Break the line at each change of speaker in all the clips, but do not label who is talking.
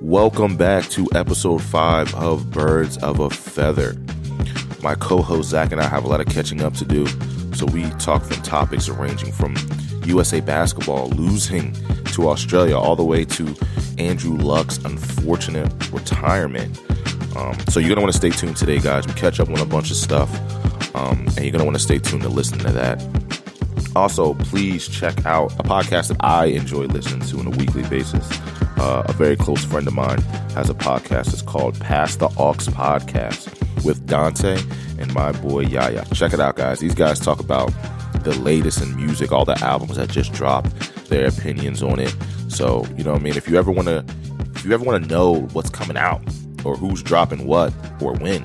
Welcome back to episode five of Birds of a Feather. My co host Zach and I have a lot of catching up to do, so we talk from topics ranging from USA basketball losing to Australia all the way to Andrew Luck's unfortunate retirement. Um, so you're going to want to stay tuned today, guys. We catch up on a bunch of stuff, um, and you're going to want to stay tuned to listen to that. Also, please check out a podcast that I enjoy listening to on a weekly basis. Uh, a very close friend of mine has a podcast that's called Pass the Ox Podcast with Dante and my boy Yaya. Check it out, guys. These guys talk about the latest in music, all the albums that just dropped, their opinions on it. So, you know what I mean? If you ever want to if you ever want to know what's coming out or who's dropping what or when,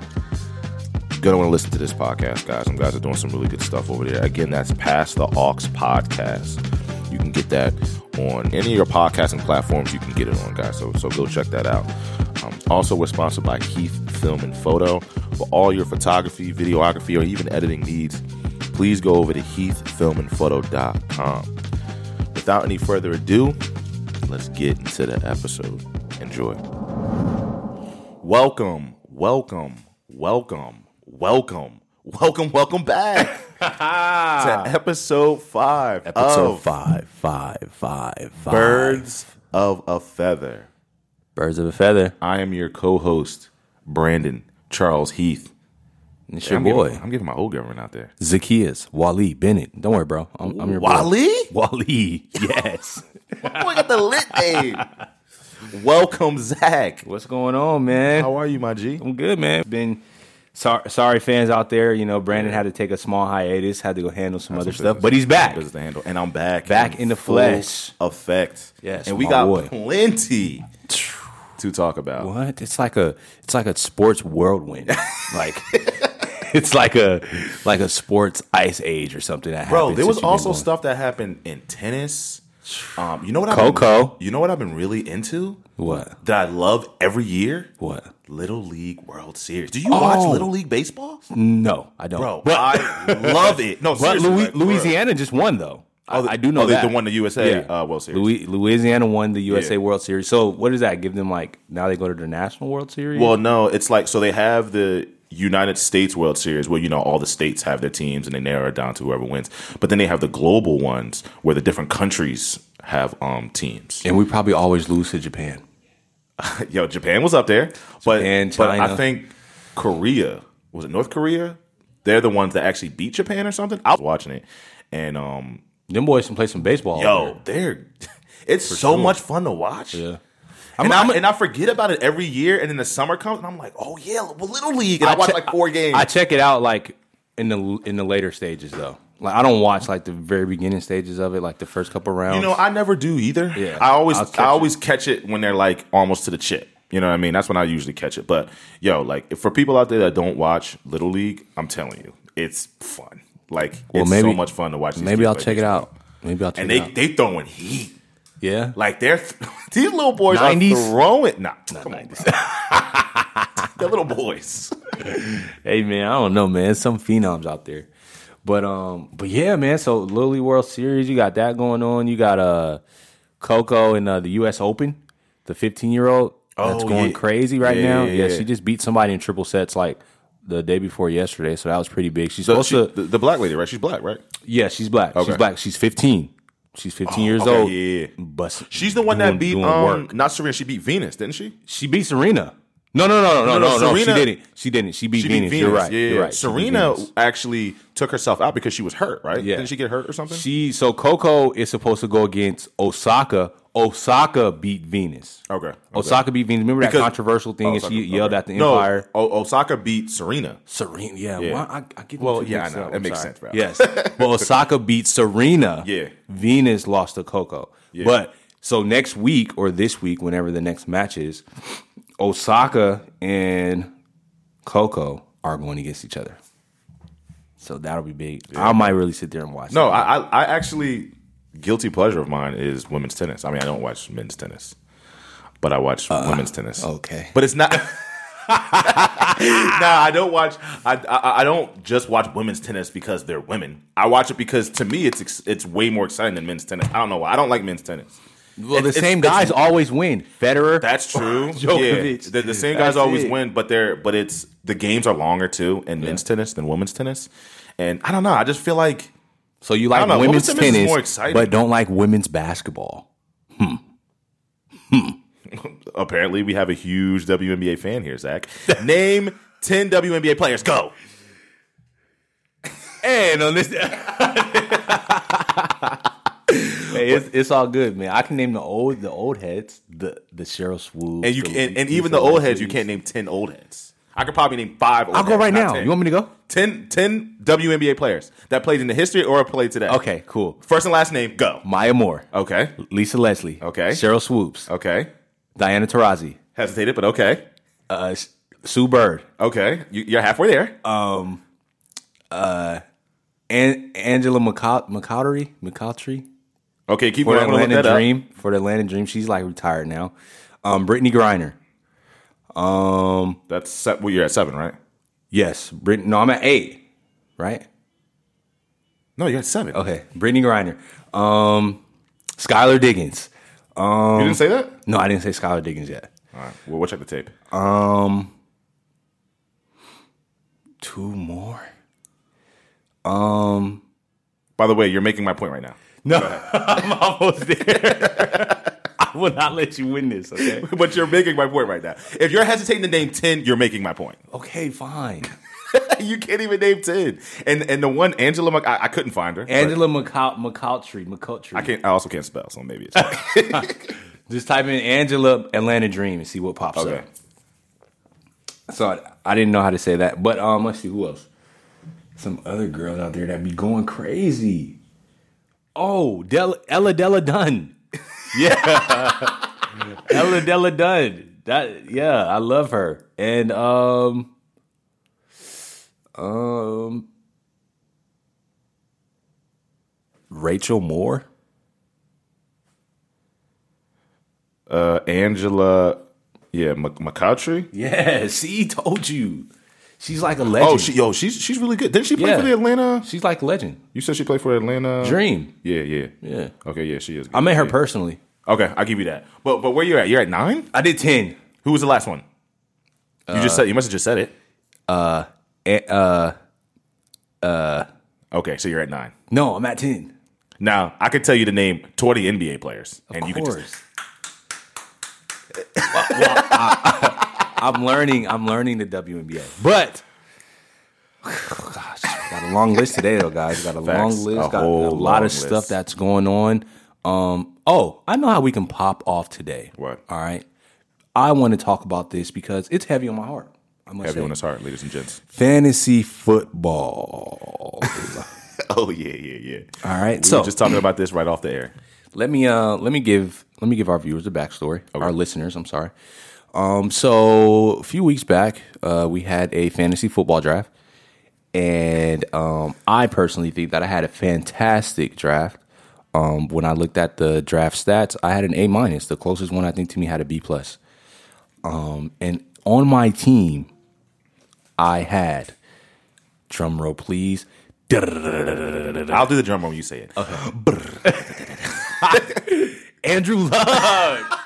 you're gonna want to listen to this podcast, guys. Some guys are doing some really good stuff over there. Again, that's Past the Ox Podcast. You can get that on any of your podcasting platforms. You can get it on, guys. So so go check that out. Um, also, we're sponsored by Keith Film and Photo for all your photography, videography, or even editing needs. Please go over to heathfilmandphoto.com. Without any further ado, let's get into the episode. Enjoy. Welcome, welcome, welcome, welcome, welcome, welcome back to episode five.
Episode
of
five, five, five, five.
Birds of a Feather.
Birds of a feather.
I am your co-host, Brandon Charles Heath.
It's your
I'm
boy.
Giving, I'm giving my old government out there.
Zacchaeus, Wally, Bennett. Don't worry, bro. I'm, I'm your
Wally?
boy. Wally. Yes.
Boy, got the lit name. Welcome, Zach.
What's going on, man?
How are you, my G?
I'm good, man. Been sor- sorry, fans out there. You know, Brandon had to take a small hiatus, had to go handle some other stuff, but he's back.
Business to handle, and I'm back,
Back in the
full
flesh.
effect.
Yes,
and we
my
got
boy.
plenty to talk about.
What? It's like a it's like a sports whirlwind. like it's like a like a sports ice age or something that
Bro,
happened
there was
since you've been
also
gone.
stuff that happened in tennis. Um, you know what? I've
Coco.
been, you know what I've been really into
what?
that I love every year.
What?
Little League World Series. Do you watch
Oh.
Little League baseball,
No, I don't.
bro?
But-
I love it. No,
But
Oh, seriously,
Louis-
like, bro.
Louisiana just won though. I-
Oh, the-
I do know
oh, they-
that
they won the USA, uh, World Series.
Louis- Louisiana won the USA
Yeah.
World Series. So what does that give them? Like now they go to the National World Series.
Well, no, it's like so they have the United States World Series where you know all the states have their teams and they narrow it down to whoever wins. But then they have the global ones where the different countries have um teams.
and we probably always lose to Japan.
Yo, Japan was up there, but
Japan,
but I
China.
think Korea was it North Korea? They're the ones that actually beat Japan or something. I was watching it, and um,
Them boys can play some baseball. over
yo, they're it's so much fun to watch.
there. Yeah.
And, I'm, and I forget about it every year, and then the summer comes, and I'm like, oh yeah, well, Little League, and I, watch
che-
like four games.
I check it out like in the in the later stages though. Like I don't watch like the very beginning stages of it, like the first couple rounds.
You know, I never do either.
Yeah.
I always
I'll catch
I always catch it when they're like almost to the chip. You know what I mean? That's when I usually catch it. But yo, like for people out there that don't watch Little League, I'm telling you, it's fun. Like it's so much fun to watch. these
Maybe
kids
I'll
play
check it
baseball.
out. Maybe I'll check
And
it
they
out.
they throwing heat.
Yeah,
Like they're th- these little boys are
90s?
throwing. Nah, come on, bro. they're little boys.
Hey man, I don't know, man. Some phenoms out there. But um, but yeah, man. So Lily World Series, you got that going on. You got uh Coco and uh, the U.S. Open, the 15 year old that's
Oh,
going
yeah.
crazy right
Yeah,
now.
yeah,
Yeah,
yeah.
she just beat somebody in triple sets like the day before yesterday, so that was pretty big. She's
The,
supposed
she-
to,
the, the black lady, right? She's black, right?
yeah, she's black.
Okay. Oh,
She's black. She's 15. She's 15 years
okay,
old.
yeah, yeah.
but
She's the one that
doing-
beat
doing
um,
work.
not Serena. She beat Venus, didn't she?
She beat Serena. No, no, no, no, no,
No,
no,
no,
no.
Serena-
she didn't. She didn't. She beat
She
Venus.
beat Venus.
You're right.
Yeah,
You're right. She beat
Serena
Venus.
actually took herself out because she was hurt, right?
Yeah.
Didn't she get hurt or something?
She so Coco is supposed to go against Osaka. Osaka beat Venus.
okay. okay.
Osaka beat Venus. Remember
Because- Oh,
that controversial thing, and
Osaka-
she yelled
okay.
at the
no,
Empire.
O- Osaka beat Serena.
Serena, yeah.
Yeah.
Why, I, I get them
Well,
two
yeah, I
mixed
know.
up.
It
I'm
makes
sorry.
sense, bro.
Yes, but Osaka beat Serena.
Yeah.
Venus lost to Coco. But so next week or this week, whenever the next match is, Osaka and Coco are going against each other. So that'll be big. I might really sit there and watch.
No, I, I, I actually guilty pleasure of mine is women's tennis. I mean, I don't watch men's tennis, but I watch women's tennis.
Uh, okay.
but it's not. nah, I don't watch. I, I I don't just watch women's tennis because they're women. I watch it because to me, it's ex- it's way more exciting than men's tennis. I don't know why. I don't like men's tennis.
Well, the
It's-
same
it's-
guys always win. Federer.
That's true.
Djokovic.
Yeah. The, the same
That's
guys always
it.
win, but they're but it's the games are longer too in men's tennis than women's tennis. And I don't know. I just feel like
so you like
don't know, women's
women's
tennis is
tennis,
more exciting.
but don't like women's basketball.
apparently we have a huge WNBA fan here, Zach. Name ten WNBA players. Go.
And on this, Hey, it's, it's all good, man. I can name the old the old heads, the the Cheryl Swoop,
And you
the-
and, and even the old heads, you can't name ten old heads. I could probably name five. Old
I'll go
heads,
right
not
now.
10.
You want me to go?
10, 10 WNBA players that played in the history or played today.
Okay, cool.
First and last name. Go.
Maya Moore,
Okay.
Lisa Leslie,
Okay.
Cheryl Swoops,
Okay.
Diana Taurasi,
Hesitated, but okay.
uh, S- Sue Bird,
Okay. You, you're halfway there.
An- Angela McCo- McCautry, McCautry
okay. Keep
for
going. I'm
the
gonna look
Atlanta
that up.
Dream. For the Atlanta Dream, she's like retired now. Um, Brittany Griner. Um,
That's se- well, you're at seven, right?
yes, Brit. No, I'm at eight. Right.
No, you're at seven.
Okay, Brittany Griner. Um, Skylar Diggins. Um,
you didn't say that.
No, I didn't say Skylar Diggins yet.
All right, we'll, we'll check the tape.
Um, two more. Um,
By the way, you're making my point right now.
no, I'm almost there. I will not let you win this. Okay.
but you're making my point right now. If you're hesitating to name ten, you're making my point.
Okay, fine.
you can't even name ten. And and the one Angela, Mc- I, I couldn't find her. but
Angela McCou- McCautry. McCautry.
I can't. I also can't spell, so maybe it's
Just type in Angela Atlanta Dream and see what pops
okay.
up. So I, I didn't know how to say that, but um, let's see who else. Some other girls out there that be going crazy. Oh, Del- Ella Della Dunn. Yeah, Ella Della Dunn. That yeah, I love her. And um, um, Rachel Moore.
Uh, Angela, yeah, Mc- McCautry.
Yeah, see, told you. She's like a legend.
Oh, she, yo, she's she's really good. Didn't she play
Yeah.
for the Atlanta?
she's like a legend.
You said she played for Atlanta.
Dream.
Yeah, yeah,
Yeah.
Okay, yeah, she is. Good.
I met her personally.
okay, I'll give you that. But but where you at? You're at nine.
I did 10.
Who was the last one? You just said. You must have just said it.
Eh, uh,
uh, Okay, so you're at nine.
no, I'm at 10.
Now I could tell you the name twenty NBA players, and you
of
could
course.
just
Well, I, am learning. I'm learning the WNBA. But, gosh, got a long list today, though, guys. Got a long
Facts.
list.
A
got a
whole
lot
long
of
list.
stuff that's going on. Um, oh, I know how we can pop off today.
What?
All right. I want to talk about this because it's heavy on my heart. I must
have
say.
you on his heart, ladies and gents.
Fantasy football.
Oh yeah, yeah, yeah.
All right.
We
so
were just talking about this right off the air.
Let me uh let me give let me give our viewers a backstory. Our listeners, I'm sorry. Um so a few weeks back, uh we had a fantasy football draft. And um I personally think that I had a fantastic draft. Um when I looked at the draft stats, I had an A minus. The closest one I think to me had a B plus. Um and on my team, I had drum roll please.
I'll do the drum roll when you say it.
Andrew Luck.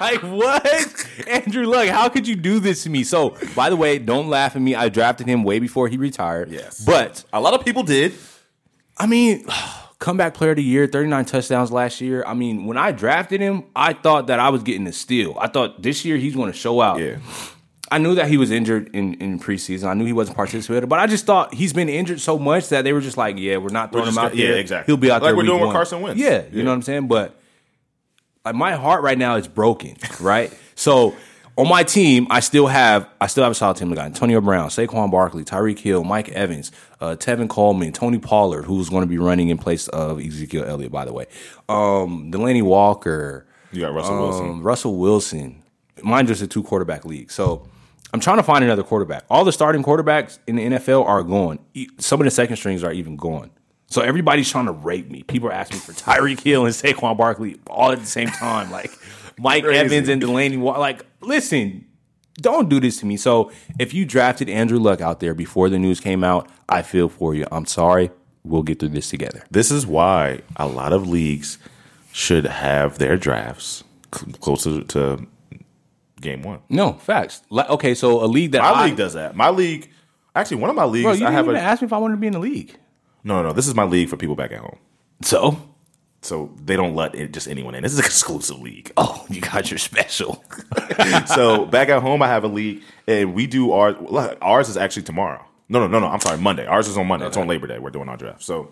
like what? Andrew Luck, how could you do this to me? So, by the way, don't laugh at me. I drafted him way before he retired.
Yes.
But
A lot of people did.
I mean, comeback player of the year, 39 touchdowns last year. I mean, when I drafted him, I thought that I was getting a steal. I thought this year he's going to show out.
Yeah.
I knew that he was injured in, in preseason. I knew he wasn't participating, but I just thought he's been injured so much that they were just like, yeah, we're not throwing
just
him out
gonna- yeah,
there.
exactly.
He'll be out
Like
there.
we're
week
doing with
one.
Carson Wentz.
Yeah, you
Yeah.
know what I'm saying? But like my heart right now is broken, right? so on my team, I still have I still have a solid team. I got Antonio Brown, Saquon Barkley, Tyreek Hill, Mike Evans, uh, Tevin Coleman, Tony Pollard, who's going to be running in place of Ezekiel Elliott, by the way. Um, Delaney Walker,
You got Russell Wilson.
um, Russell Wilson. Mine just a two quarterback league. So I'm trying to find another quarterback. All the starting quarterbacks in the NFL are gone. E- Some of the second strings are even gone. So everybody's trying to rape me. People are asking for Tyreek Hill and Saquon Barkley all at the same time. Like Mike Evans and Delaney. Wa- Like, listen, don't do this to me. So if you drafted Andrew Luck out there before the news came out, I feel for you. I'm sorry. We'll get through this together.
This is why a lot of leagues should have their drafts cl- closer to game one.
No, facts. Like, okay, so a league that
My
I,
league does that. My league, actually, one of my leagues,
bro, you didn't
I have
even
a
ask me if I wanted to be in the league.
no, no, no. This is my league for people back at home,
So,
so they don't let it, just anyone in. This is an exclusive league.
oh, you got your special.
so back at home, I have a league, and we do ours. well, Ours is actually tomorrow. No, no, no, no. I'm sorry, Monday. Ours is on Monday. It's on Labor Day. We're doing our draft. So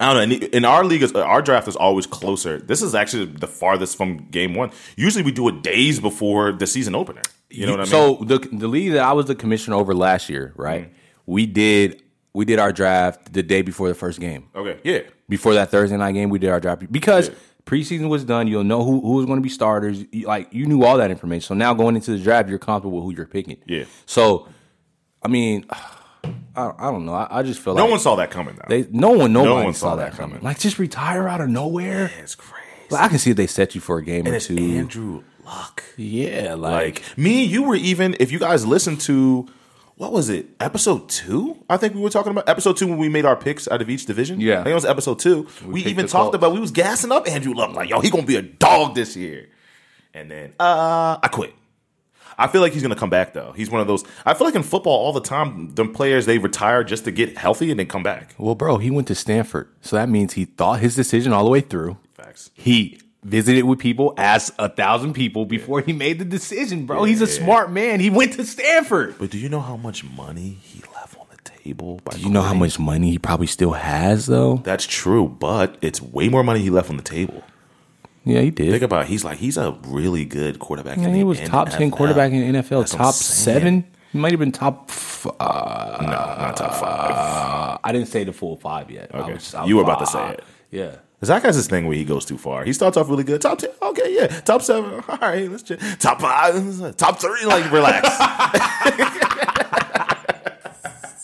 I don't know. In, in our league, is, our draft is always closer. This is actually the farthest from game one. Usually, we do it days before the season opener. You know what I mean?
So the the league that I was the commissioner over last year, right?
Mm-hmm.
We did we did our draft the day before the first game.
okay, yeah,
Before that Thursday night game, we did our draft because
Yeah.
preseason was done. You'll know who who was going to be starters. You- Like you knew all that information. So now going into the draft, you're comfortable with who you're picking.
Yeah.
So, I mean, I, I don't know. I, I just feel
no
like
one saw that coming. Though
they no one nobody
one
saw, that coming. Like just retire out of nowhere.
it's crazy.
Like, I can see if they set you for a game or
It's
two.
Andrew Luck.
yeah, like
Like me, you were even if you guys listened to what was it episode two? I think we were talking about episode two when we made our picks out of each division.
Yeah.
I think it was episode two. We,
picked
even
the
talked
Colts.
about we was gassing up Andrew Luck like yo he gonna be a dog this year, and then uh I quit. I feel like he's gonna come back though. He's one of those. I feel like in football all the time, them players they retire just to get healthy and then come back.
Well, bro, he went to Stanford, so that means he thought his decision all the way through.
Facts.
He visited with people, asked a thousand people before he made the decision, bro. He's a smart man. He went to Stanford.
But do you know how much money he left on the table? By
You know how much money he probably still has, though.
That's true, but it's way more money he left on the table.
Yeah, he did.
Think about it. He's like he's a really good quarterback.
Yeah,
in
he
the
was top ten
NFL.
quarterback in the NFL,
That's what I'm
top
saying.
seven. He might have been top. f-
No, not top five.
Uh, I didn't say the full five yet. I
Okay.
I
You were about to say it.
Yeah.
Zach has this thing where he goes too far. He starts off really good. Top ten, okay, yeah. Top seven, all right. Let's check. Top five, top three. Like relax.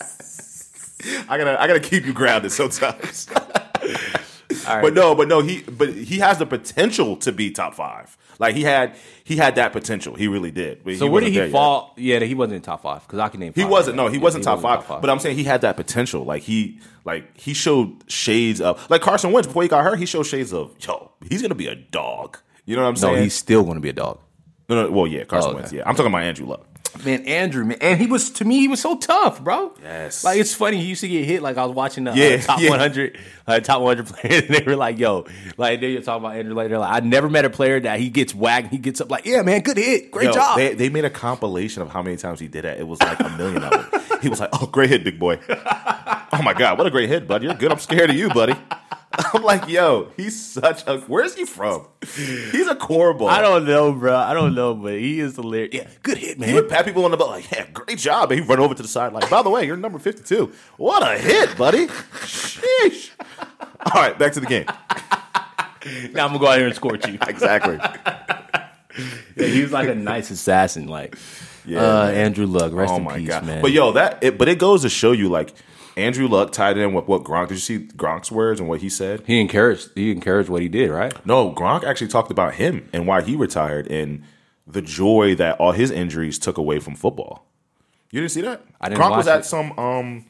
I gotta, I gotta keep you grounded sometimes.
All
But no, but no, he but he has the potential to be top five. Like he had, he had that potential. He really did. But
So where
wasn't
did
there
he
yet.
fall? Yeah, that he wasn't in top five because I can name.
He
five
wasn't.
right
No,
now.
he
Yeah,
wasn't top
wasn't
five, But I'm saying he had that potential. Like he, like he showed shades of like Carson Wentz before he got hurt. He showed shades of yo. He's gonna be a dog. You know what I'm
no,
saying?
he's still going to be a dog.
no, no. Well, yeah, Carson
Oh, okay.
Wentz. Yeah, I'm talking about Andrew Luck.
Man, Andrew, man, and he was to me, he was so tough, bro.
Yes.
like it's funny. He used to get hit. Like I was watching the uh,
Yeah,
top
yeah.
100, uh, top 100 players, and they were like, "Yo, like they were talking about Andrew later. Like I never met a player that he gets whacked. He gets up like, yeah, man, good hit, great
Yo,
job.
They, they made a compilation of how many times he did that. It was like a million of them. He was like, "Oh, great hit, big boy. Oh my god, what a great hit, bud. You're good. I'm scared of you, buddy." I'm like, "Yo, he's such a. Where's he from? He's a cornball.
I don't know, bro. I don't know, but he is hilarious. Yeah, good hit,
He
man.
would pat people on the butt like, "Yeah, great job!" And he run over to the side like, "By the way, you're number 52. What a hit, buddy! Sheesh!" All right, back to the game.
Now I'm gonna go out here and score you.
Exactly.
Yeah, he was like a nice assassin, like
Yeah,
uh, Andrew Luck. Rest
oh
in
my
peace,
god!
man.
But yo, that it, but it goes to show you like Andrew Luck tied in with what Gronk. Did you see Gronk's words and what he said?
he encouraged. He encouraged what he did, right?
No, Gronk actually talked about him and why he retired and the joy that all his injuries took away from football. You didn't see that?
I didn't
Gronk
watch
was at
it.
some um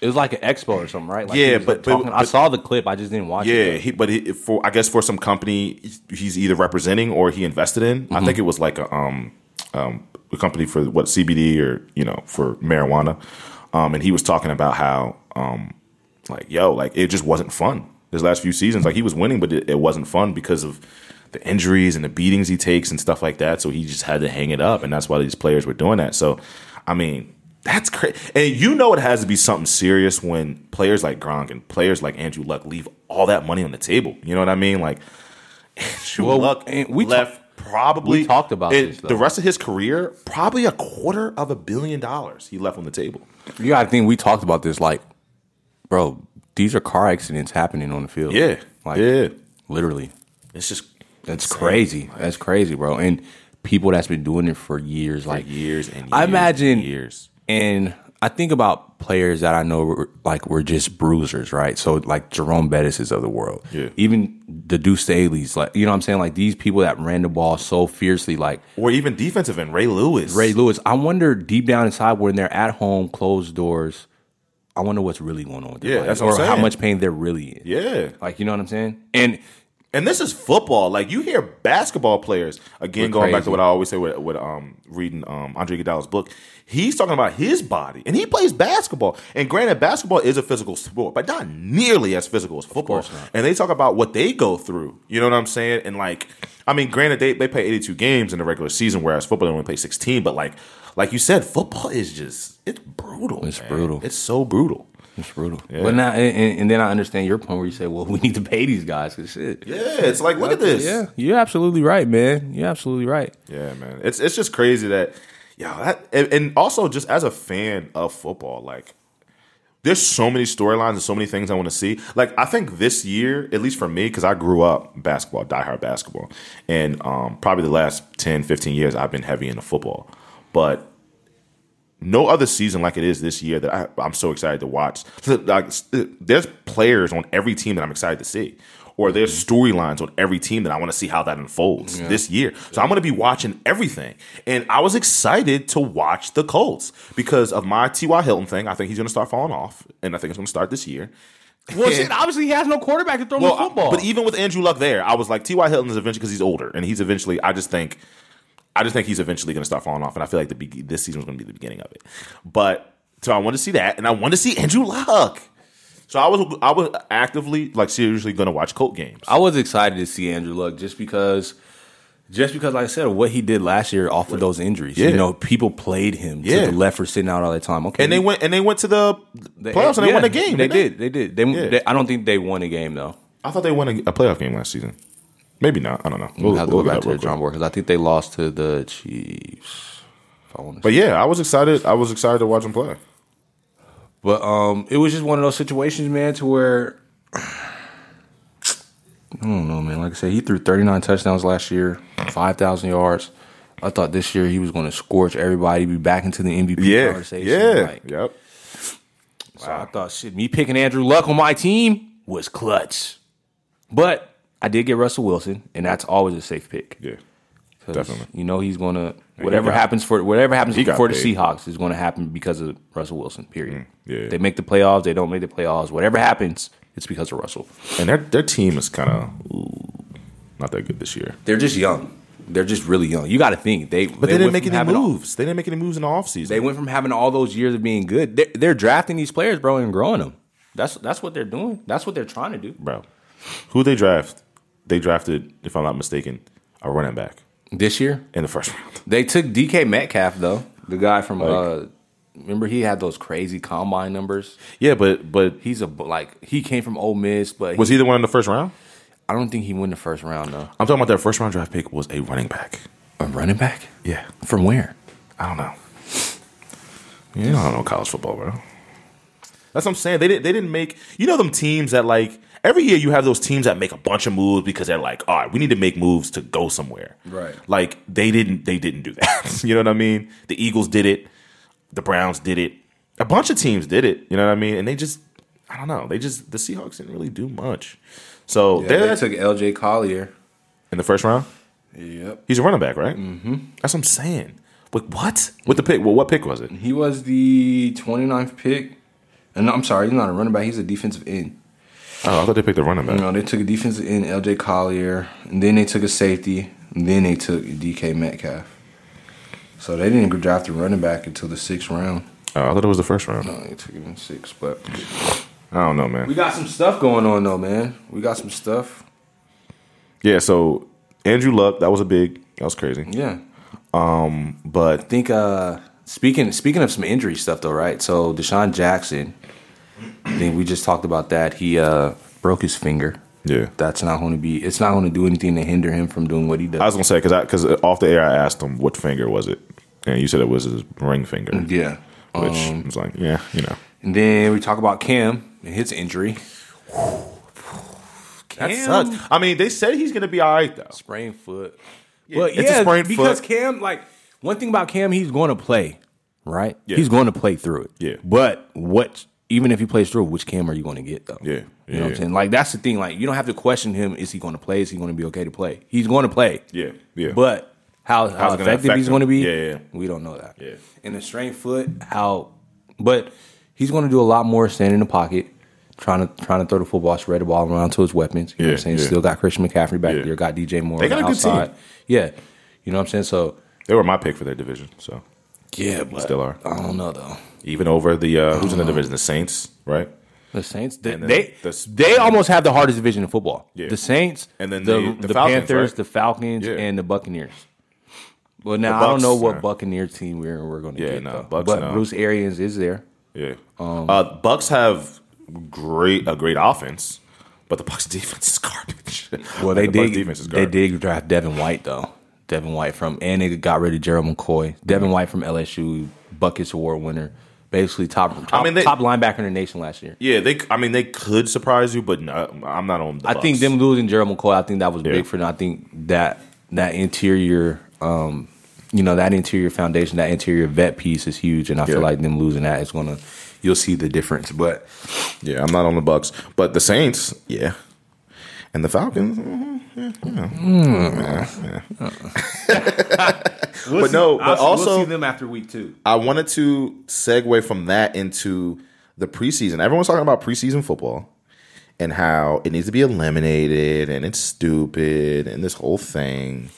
It was like an expo or something, right? Like
Yeah,
he was,
but-
like,
but-
talking- I
but-
saw the clip. I just didn't watch it.
Yeah, he, but he, for I guess for some company he's either representing or he invested in. I think it was like a um um a company for what CBD or you know for marijuana, um and he was talking about how um like yo like it just wasn't fun his last few seasons like he was winning but it, it wasn't fun because of the injuries and the beatings he takes and stuff like that so he just had to hang it up and that's why these players were doing that so I mean. That's crazy, and you know it has to be something serious when players like Gronk and players like Andrew Luck leave all that money on the table. You know what I mean? Like Andrew
Well,
Luck
and we
left probably
we talked about
it-
this, though.
the rest of his career, probably a quarter of a billion dollars he left on the table.
You gotta think we talked about this, like, bro, these are car accidents happening on the field.
Yeah,
Like
yeah,
literally.
it's just
That's
insane.
crazy. That's crazy, bro. And people that's been doing it for years, like
years and years
I imagine
and years.
And I think about players that I know were, like were just bruisers, right? So like Jerome Bettis's of the world,
Yeah.
even the Deuce Staley's, like you know what I'm saying, like these people that ran the ball so fiercely, like
Or even defensive end Ray Lewis.
Ray Lewis. I wonder deep down inside when they're at home, closed doors. I wonder what's really going on with their
Yeah,
body,
that's what
or
I'm
how
saying.
much pain they're really in.
yeah,
Like you know what I'm saying? And
And this is football. Like you hear basketball players again,
We're
going back
crazy.
to what I always say with, with um reading um Andre Iguodala's book. He's talking about his body, and he plays basketball. And granted, basketball is a physical sport, but not nearly as physical as football. And they talk about what they go through. You know what I'm saying? And like, I mean, granted, they they play 82 games in the regular season, whereas football they only play 16. But like, like you said, football is just it's brutal.
It's
man.
brutal.
It's so brutal.
It's brutal. But now, and- and, and then I understand your point where you say, well, we need to pay these guys because shit.
Yeah, it's like look at this.
Yeah, you're absolutely right, man. You're absolutely right.
Yeah, man. It's it's just crazy that yeah, that and, and also just as a fan of football, like there's so many storylines and so many things I want to see. Like I think this year, at least for me, because I grew up basketball, diehard basketball, and um, probably the last 10, 15 years I've been heavy into football, but no other season like it is this year that I, I'm so excited to watch. Like, uh, there's players on every team that I'm excited to see, or there's storylines on every team that I want to see how that unfolds this year. So I'm going to be watching everything, and I was excited to watch the Colts because of my T.Y. Hilton thing. I think he's going to start falling off, and I think it's going to start this year.
Well, shit, obviously he has no quarterback to throw
Well,
him the football.
but even with Andrew Luck there, I was like T.Y. Hilton is eventually because he's older, and he's eventually. I just think, I just think he's eventually going to start falling off, and I feel like the be- this season is going to be the beginning of it. But so I want to see that, and I want to see Andrew Luck. So I was I was actively like seriously going to watch Colt games.
I was excited to see Andrew Luck just because, just because, like I said, what he did last year off of those injuries.
Yeah.
You know, people played him
Yeah.
to the left for sitting out all the time. Okay,
and they went and they went to the playoffs and they
yeah,
won a game.
They
didn't
did. They did. They,
Yeah.
they- I don't think they won a game though.
I thought they won a, a playoff game last season. Maybe not. I don't know.
We'll, have to
we'll look
go
it
back
up
to
real
the
quick.
drawing board because I think they lost to the Chiefs. If I want to,
But yeah, I was excited. I was excited to watch them play.
but um, it was just one of those situations, man, to where I don't know, man. Like I said, he threw 39 touchdowns last year, 5,000 yards. I thought this year he was going to scorch everybody, be back into the MVP
Yeah,
conversation.
yeah,
like,
yep.
So I thought, shit, me picking Andrew Luck on my team was clutch. But I did get Russell Wilson, and that's always a safe pick.
Yeah,
'Cause
Definitely.
You know he's gonna whatever
got-
happens for whatever happens
got
for the
paid. Mm,
Seahawks is gonna happen because of Russell Wilson. Period.
yeah.
They make the playoffs. They don't make the playoffs. Whatever happens, it's because of Russell.
and their their team is kind of not that good this year.
They're just young. They're just really young. You got to think they.
But they,
went
didn't make
from
any
having all-
moves. they didn't make any moves in the offseason.
they went from having all those years of being good. They're, they're drafting these players, bro, and growing them. That's that's what they're doing. That's what they're trying to do.
bro. Who they draft? They drafted, if I'm not mistaken, a running back
This year,
in the first round.
They took DK Metcalf though, the guy from. uh Remember he had those crazy combine numbers.
Yeah, but but
He's a like he came from Ole Miss, but
was he the one in the first round?
I don't think he won the first round though.
I'm talking about their first round draft pick was a running back.
A running back
Yeah,
from where?
I don't know. You don't know college football, bro. That's what I'm saying. They didn't. They didn't make. You know them teams that like every year you have those teams that make a bunch of moves because they're like, all right, we need to make moves to go somewhere.
Right.
Like they didn't. They didn't do that. you know what I mean? The Eagles did it. The Browns did it. A bunch of teams did it. You know what I mean? And they just. I don't know. They just the Seahawks didn't really do much. So they're
took L.J. Collier.
in the first round.
Yep,
He's a running back, right? Mm-hmm. That's what I'm saying. But what? With the pick? Well, what pick was it?
he was the 29th pick, and I'm sorry, he's not a running back. He's a defensive end.
Oh, I thought they picked the running back.
You know, they took a defensive end, L.J. Collier, and then they took a safety, and then they took DK Metcalf. So they didn't draft a running back until the sixth round.
Oh, I thought it was the first round.
No, they took it in six, but
I don't know,
we
man.
got some stuff going on though, man. We got some stuff.
Yeah, so Andrew Luck, that was a big, that was crazy.
Yeah.
But
I think uh speaking speaking of some injury stuff though, right? So Deshaun Jackson, I think we just talked about that. He uh broke his finger.
yeah,
That's not gonna be it's not gonna do anything to hinder him from doing what he does.
I was gonna say because I because off the air I asked him what finger was it, and you said it was his ring finger, which
yeah.
I was like, yeah, you know,
And then we talk about Cam and his injury. Cam
I mean, they said he's gonna be all right though.
sprained foot. But
It's a
yeah,
sprained
because
foot.
Cam, like one thing about Cam, he's going to play, right?
Yeah.
He's going to play through it.
Yeah.
But what? Even if he plays through, it, which Cam are you going to get though?
Yeah.
You know what
Yeah.
I'm saying? Like that's the thing. Like you don't have to question him. Is he going to play? Is he going to be okay to play? He's going to play.
Yeah, yeah.
But how how
How's it gonna
effective
affect
he's
him?
going to be?
Yeah, yeah, yeah.
We don't know that.
Yeah.
In a strained foot, how? But he's going to do a lot more standing in the pocket. trying to trying to throw the football, spread the ball around to his weapons. You know
Yeah,
what I'm saying?
yeah.
Still got Christian McCaffrey back
Yeah.
there, got DJ Moore.
They
on
got
the
a good team.
outside. Yeah. You know what I'm saying? So
They were my pick for their division, so
yeah, but
still are.
I don't know though.
Even over the uh, who's in the division, the Saints, right?
The Saints, they
And then
they,
the-
they almost have the hardest division in football.
Yeah.
The Saints,
And then
the,
the-
the,
the Falcons,
Panthers,
right?
the Falcons,
Yeah.
and the Buccaneers. Well, now
The
I don't
Bucs,
know what
nah.
Buccaneers team we're we're going to
Yeah,
get
nah,
though.
Bucs,
but
nah.
Bruce Arians is there.
Yeah. uh, Bucks have great a great offense, but the Bucks defense is garbage.
Well, they
the Bucs
did.
defense is
They
garbage.
did draft Devin White though. Devin White from and they got rid of Gerald McCoy. Devin White from LSU, buckets award winner, basically top top,
mean, they-
top linebacker in the nation last year.
Yeah, they. I mean, they could surprise you, but no, I'm not on. The
I think
Bucs.
them losing Gerald McCoy, I think that was
Yeah.
big for them. I think that that interior, um, you know, that interior foundation, that interior vet piece is huge, and I
Yeah.
feel like them losing that is gonna, you'll see the difference. But
Yeah, I'm not on the Bucks, but the Saints, yeah, and the Falcons. mhm, yeah, you know. Yeah, yeah. But no, but also
them after week two.
I wanted to segue from that into the preseason. Everyone's talking about preseason football and how it needs to be eliminated and it's stupid and this whole thing.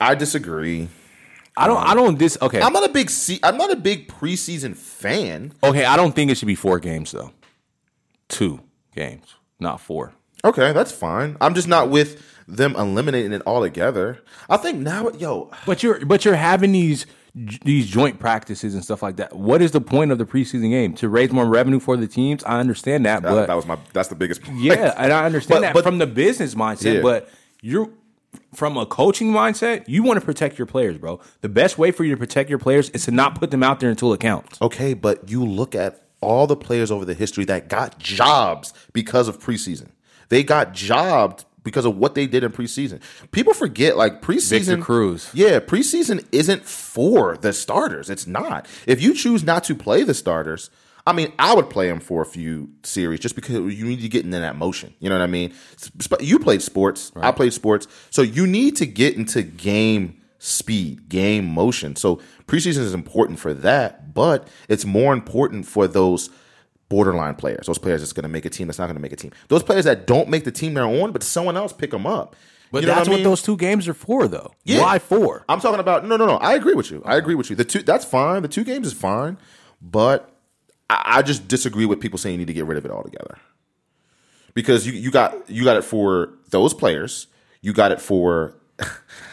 I disagree.
I don't. I don't. This okay.
I'm not a big se- I'm not a big preseason fan.
okay. I don't think it should be four games though. Two games, not four.
Okay, that's fine. I'm just not with them eliminating it altogether. I think now, yo,
But you're but you're having these these joint practices and stuff like that. What is the point of the preseason game to raise more revenue for the teams? I understand that,
that,
but
that was my that's the biggest. point.
Yeah, and I understand
But-
that
but-
from the business mindset,
Yeah.
but you're from a coaching mindset, you want to protect your players, bro. The best way for you to protect your players is to not put them out there until it counts.
Okay, but you look at all the players over the history that got jobs because of preseason. They got jobbed because of what they did in preseason. People forget like preseason
Victor Cruz.
Yeah, preseason isn't for the starters. It's not. If you choose not to play the starters, I mean, I would play them for a few series just because you need to get into that motion. You know what I mean? Sp- You played sports. I played sports. So you need to get into game speed, game motion. So preseason is important for that, but it's more important for those borderline players, those players that's going to make a team, that's not going to make a team. Those players that don't make the team they're on, but someone else pick them up.
But
You know
that's
I
what,
mean?
those two games are for, though.
Yeah.
Why four?
I'm talking about no, no, no. I agree with you. I agree with you. The two that's fine. The two games is fine, but I, I just disagree with people saying you need to get rid of it altogether because you you got you got it for those players. You got it for.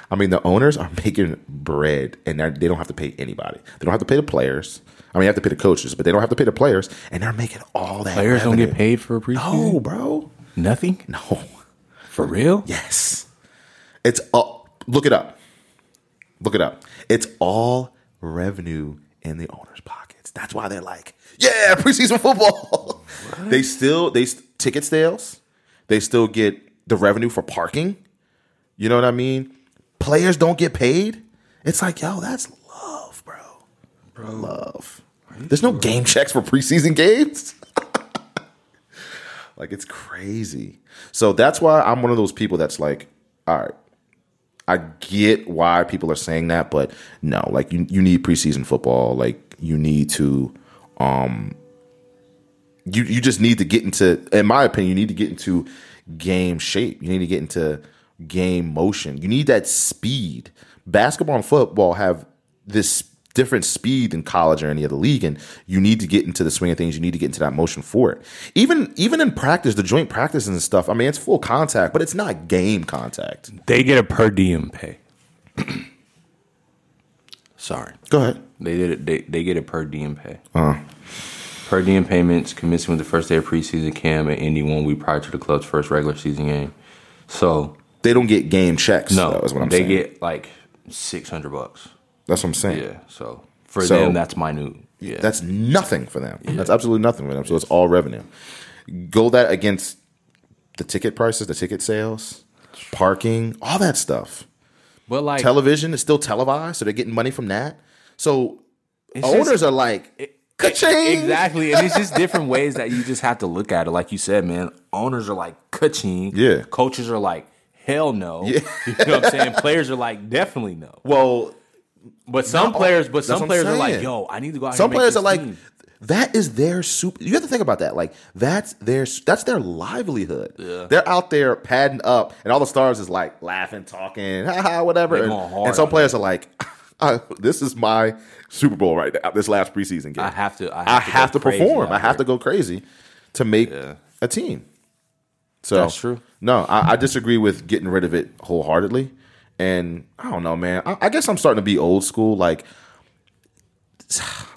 I mean, the owners are making bread, and they're- they don't have to pay anybody. They don't have to pay the players. I mean, they have to pay the coaches, but they don't have to pay the players, and they're making all that.
Players don't
revenue.
get paid for a preseason.
No, bro.
Nothing
No.
for real.
Yes. It's all, look it up. Look it up. It's all revenue in the owner's pockets. That's why they're like, yeah, preseason football. they still, they st- ticket sales, they still get the revenue for parking. You know what I mean? Players don't get paid. It's like, yo, that's love, bro. Love. There's no game checks for preseason games. Like it's crazy. So that's why I'm one of those people that's like, all right, I get why people are saying that, but no, like you you need preseason football. Like you need to um you you just need to get into in my opinion, you need to get into game shape. You need to get into game motion. You need that speed. Basketball and football have this different speed in college or any other league and you need to get into the swing of things you need to get into that motion for it even even in practice the joint practices and stuff i mean it's full contact but it's not game contact
They get a per diem pay. Sorry.
go ahead
They did it. They, they get a per diem pay.
Uh,
Per diem payments commencing with the first day of preseason camp and ending one week prior to the club's first regular season game. So
they don't get game checks.
no,
though, is what I'm
they
saying.
get like six hundred bucks.
that's what I'm saying.
Yeah. So for
So-
them, that's minute. Yeah.
That's nothing for them. That's absolutely nothing for them. So it's all revenue. Go that against the ticket prices, the ticket sales, parking, all that stuff.
but like
Television is still televised, so they're getting money from that. So owners are like, ka-ching!
Exactly. And it's just different ways that you just have to look at it. Like you said, man, owners are like kaching.
Yeah.
Coaches are like, hell no. You know what I'm saying? Players are like, definitely no.
Well,
But some players, but
that's what
some
I'm
players are like,
saying.
yo, I need to go out here
some
and make
players
this
are like,
team.
That is their super. You have to think about that. Like that's their that's their livelihood. They're out there padding up, and all the stars is like laughing, talking, haha, whatever.
They're
And,
going hard
and some
on
players are like, "Uh, "This is my Super Bowl right now. This last preseason game.
I have to. I have,
I
to,
have
go
to
crazy
perform.
out
I have
here.
to go crazy to make a team. So
That's true.
No, I, I disagree with getting rid of it wholeheartedly. And I don't know, man. I, I guess I'm starting to be old school. Like,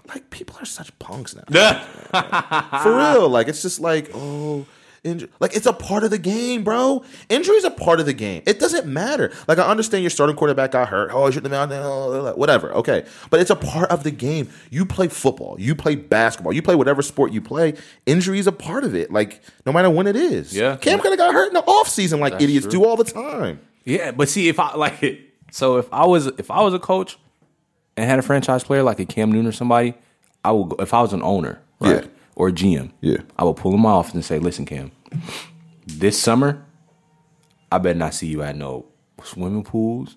like people are such punks now. For
Ah.
real. Like it's just like, oh, injury. Like it's a part of the game, bro. Injuries are part of the game. It doesn't matter. Like I understand your starting quarterback got hurt. Oh, I shouldn't have been out there. Whatever. Okay. But it's a part of the game. You play football. You play basketball. You play whatever sport you play. Injury is a part of it. Like no matter when it is.
Yeah.
Cam could have got hurt in the offseason like idiots do all the time.
Yeah, but see, if I like it, so if I was if I was a coach and had a franchise player like a Cam Newton or somebody, I would. Go, if I was an owner, right,
Yeah.
or a GM,
Yeah.
I would pull him off and say, "Listen, Cam, this summer, I better not see you at no swimming pools,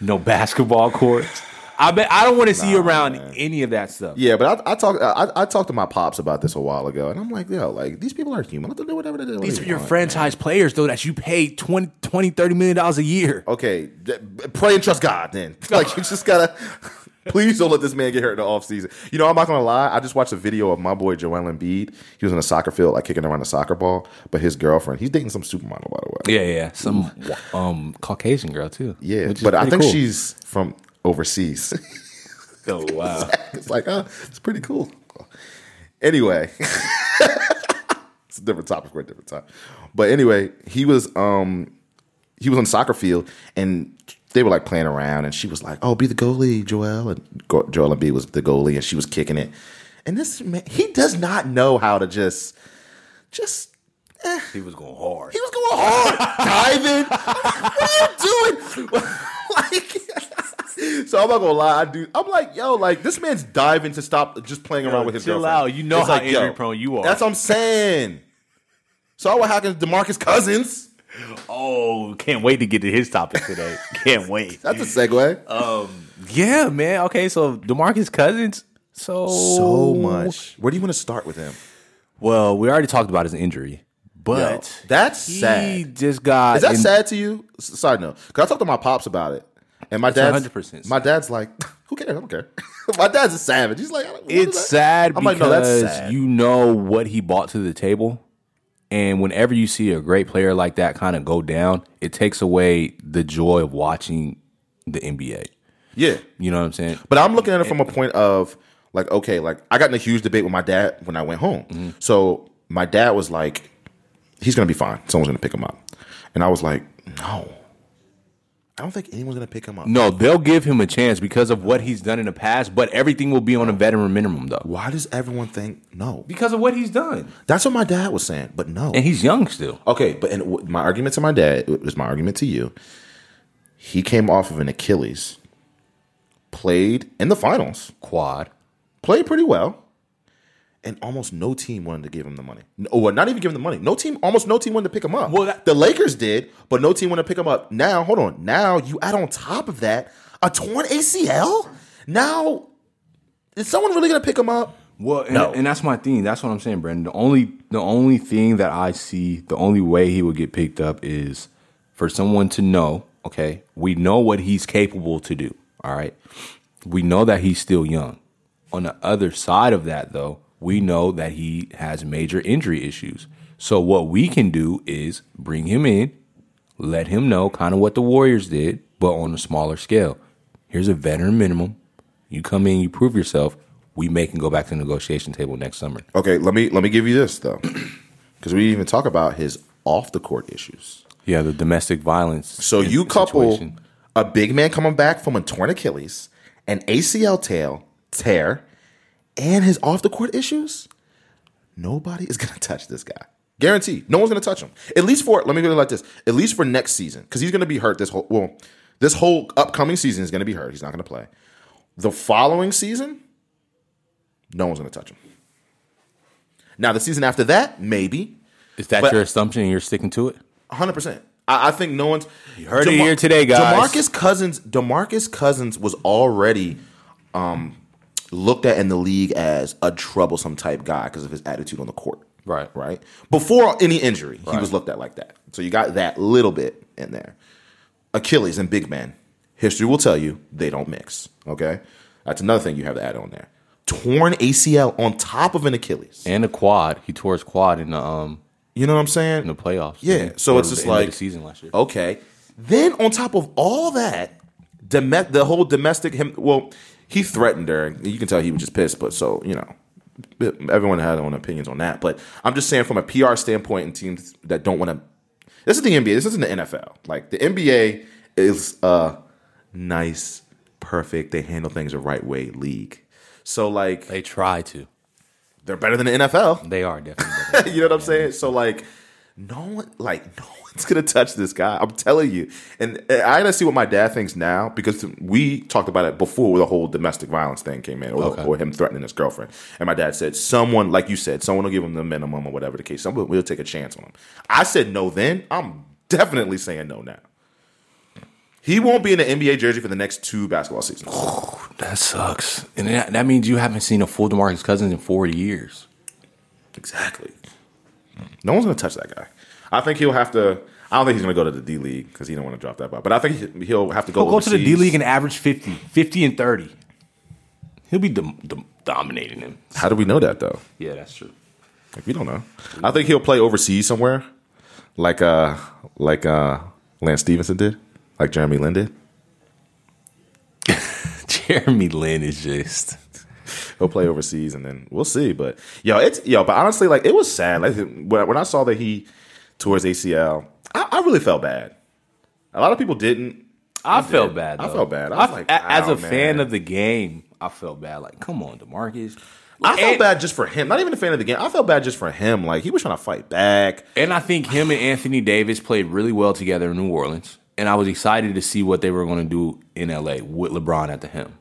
no basketball courts. I bet I don't want to see you around any of that stuff."
Yeah, but I, I talked I, I talked to my pops about this a while ago, and I'm like, yo, like these people are human. Let them do whatever they do.
These are your franchise players, though, that you pay 20, 20 30 million dollars a year.
okay, d- pray and trust God then. Like you just gotta please don't let this man get hurt in the offseason. You know, I'm not gonna lie, I just watched a video of my boy Joel Embiid. He was in a soccer field, like kicking around a soccer ball, but his girlfriend, he's dating some supermodel, by the way.
Yeah, yeah, some um Caucasian girl too.
Yeah,
which is
but I
pretty
think
cool.
she's from overseas.
Oh wow.
it's like, oh, it's pretty cool. Anyway, it's a different topic for a different time. But anyway, he was um he was on the soccer field and they were like playing around and she was like, "Oh, be the goalie, Joel." And Go- Joel and B was the goalie and she was kicking it. And this man, he does not know how to just just
He was going hard.
he was going hard, diving. what are you doing? like, so I'm not gonna lie, I do. I'm like, yo, like this man's diving to stop just playing around with his
chill
girlfriend.
out. You know how
yo,
injury-prone you are.
That's what I'm saying. So what happens? Demarcus Cousins.
Oh, can't wait to get to his topic today. can't wait.
That's a segue.
Uh, Yeah, man. Okay, so DeMarcus Cousins. So oh,
so much. Where do you want to start with him?
Well, we already talked about his injury, but
Yo, that's
he
sad.
just got
Is that
in-
sad to you? S- Side note, because I talked to my pops about it, and my dad's
100% sad.
my dad's like, who cares? I don't care. my dad's a savage. He's like, I don't- what is
It's
that?
sad
I'm like,
because
no, that's sad.
you know what he brought to the table. And whenever you see a great player like that kind of go down, it takes away the joy of watching the NBA.
Yeah,
You know what I'm saying?
But I'm looking at it from a point of like, okay, like I got in a huge debate with my dad when I went home.
Mm-hmm.
So my dad was like, he's gonna be fine. Someone's gonna pick him up. And I was like, no. I don't think anyone's gonna pick him up.
No, they'll give him a chance because of what he's done in the past, but everything will be on a veteran minimum though.
Why does everyone think no?
Because of what he's done.
That's what my dad was saying, but no.
And he's young still.
Okay, but and w- my argument to my dad it was my argument to you. He came off of an Achilles, played in the finals,
Quad.
played pretty well, and almost no team wanted to give him the money. No, well, not even give him the money. No team, almost no team wanted to pick him up.
Well, that-
the Lakers did, but no team wanted to pick him up. Now, hold on. Now you add on top of that a torn ACL. Now, is someone really going to pick him up?
Well, and,
No.
and that's my thing. That's what I'm saying, Brandon. The only the only thing that I see, the only way he would get picked up is for someone to know, okay, we know what he's capable to do. All right. We know that he's still young. On the other side of that though, we know that he has major injury issues. So what we can do is bring him in, let him know kind of what the Warriors did, but on a smaller scale. Here's a veteran minimum. You come in, you prove yourself. We may can go back to the negotiation table next summer.
Okay, let me let me give you this though, because we didn't even talk about his off the court issues.
Yeah, the domestic violence.
So you couple
situation.
a big man coming back from a torn Achilles, an ACL tail tear, and his off the court issues. Nobody is gonna touch this guy. Guaranteed. No one's gonna touch him. At least for let me put it like this. At least for next season, because he's gonna be hurt this whole well, this whole upcoming season is gonna be hurt. He's not gonna play. The following season, no one's gonna touch him. Now the season after that, maybe.
is that
but-
your assumption? and You're sticking to it.
hundred percent. I, I think no one's you
heard it here today, guys.
Demarcus Cousins. Demarcus Cousins was already um, looked at in the league as a troublesome type guy because of his attitude on the court.
Right.
Right. Before any injury, he
Right.
was looked at like that. So you got that little bit in there. Achilles and big man. History will tell you they don't mix. Okay. That's another thing you have to add on there. Torn ACL on top of an Achilles.
And the quad, he tore his quad in the um
You know what I'm saying?
in the playoffs.
Yeah, so
Or
it's just
the end of
like-
the season last year.
Okay. Then on top of all that, dome- the whole domestic him. Well, he threatened her. You can tell he was just pissed. But so you know, everyone had their own opinions on that. But I'm just saying from a PR standpoint, and teams that don't want to. This is the NBA. This isn't the NFL. Like the NBA is a nice, perfect. They handle things the right way league. So like
They try to.
they're better than the NFL
They are definitely. better.
you know what I'm saying? So like, no one, like no one's gonna touch this guy. I'm telling you. And uh, I gotta see what my dad thinks now because we talked about it before the whole domestic violence thing came in, or,
Okay.
or him threatening his girlfriend. And my dad said, someone, like you said, someone will give him the minimum or whatever the case. Someone will take a chance on him. I said no then. I'm definitely saying no now. He won't be in an NBA jersey for the next two basketball seasons.
that sucks. And that, that means you haven't seen a full DeMarcus Cousins in 40 years.
Exactly. No one's gonna touch that guy. I think he'll have to. I don't think he's gonna go to the D League because he don't want to drop that ball. But I think he- he'll have to go.
Go, go to the
overseas.
D League and average 50, 50 and 30. He'll be dom- dom- dominating them.
How do we know that though?
Yeah, that's true.
Like we don't know. I think he'll play overseas somewhere, like uh, like uh, Lance Stevenson did, like Jeremy Lin did.
Jeremy Lin is just.
He'll play overseas, and then we'll see. But yo, it's yo. But honestly, like it was sad. Like when I, when I saw that he towards ACL, I, I really felt bad. A lot of people didn't.
I, felt bad.
I
though.
felt bad. I was
f-
like,
a- as
wow,
a fan
man.
of the game, I felt bad. Like, come on, Demarcus.
I felt
And-
bad just for him. Not even a fan of the game. I felt bad just for him. Like he was trying to fight back.
And I think him and Anthony Davis played really well together in New Orleans. And I was excited to see what they were going to do in LA with LeBron at the helm,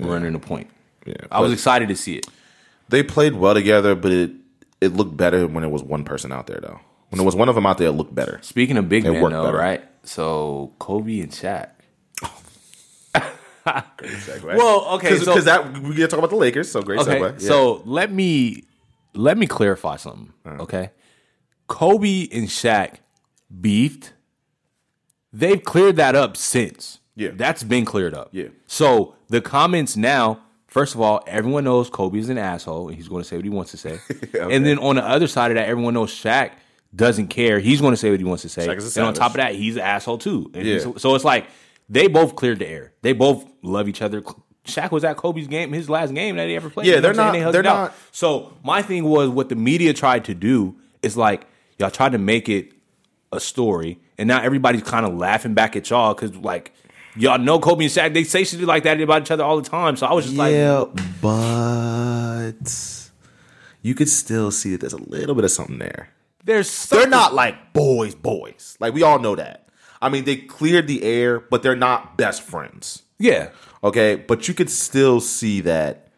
running the point.
Yeah,
I was excited to see it.
They played well together, but it it looked better when it was one person out there though. When there was one of them out there, it looked better.
Speaking of big
It
men,
worked
though,
better.
right? So Kobe and Shaq.
Segue.
Well, okay,
because
so-
that we get to talk about the Lakers. So great
Okay,
segue. Yeah.
so let me let me clarify something.
Uh.
Okay, Kobe and Shaq beefed. They've cleared that up since.
Yeah.
that's been cleared up.
Yeah.
So the comments now. First of all, everyone knows Kobe is an asshole, and he's going to say what he wants to say. And then on the other side of that, everyone knows Shaq doesn't care. He's going to say what he wants to say.
Shaq is a
and on
savage.
top of that, he's an asshole too. And
Yeah.
he's- so it's like they both cleared the air. They both love each other. Shaq was at Kobe's game, his last game that he ever played.
Yeah,
You know
they're
what I'm
not-
saying? They hugged
they're
it out.
not-
So my thing was what the media tried to do is like y'all tried to make it a story, and now everybody's kind of laughing back at y'all because like y'all know Kobe and Shaq they say shit like that about each other all the time. So I was just like,
yeah, but you could still see that there's a little bit of something there.
there's
They're not like boys, boys. Like we all know that. I mean, they cleared the air, but they're not best friends.
yeah.
Okay, but you could still see that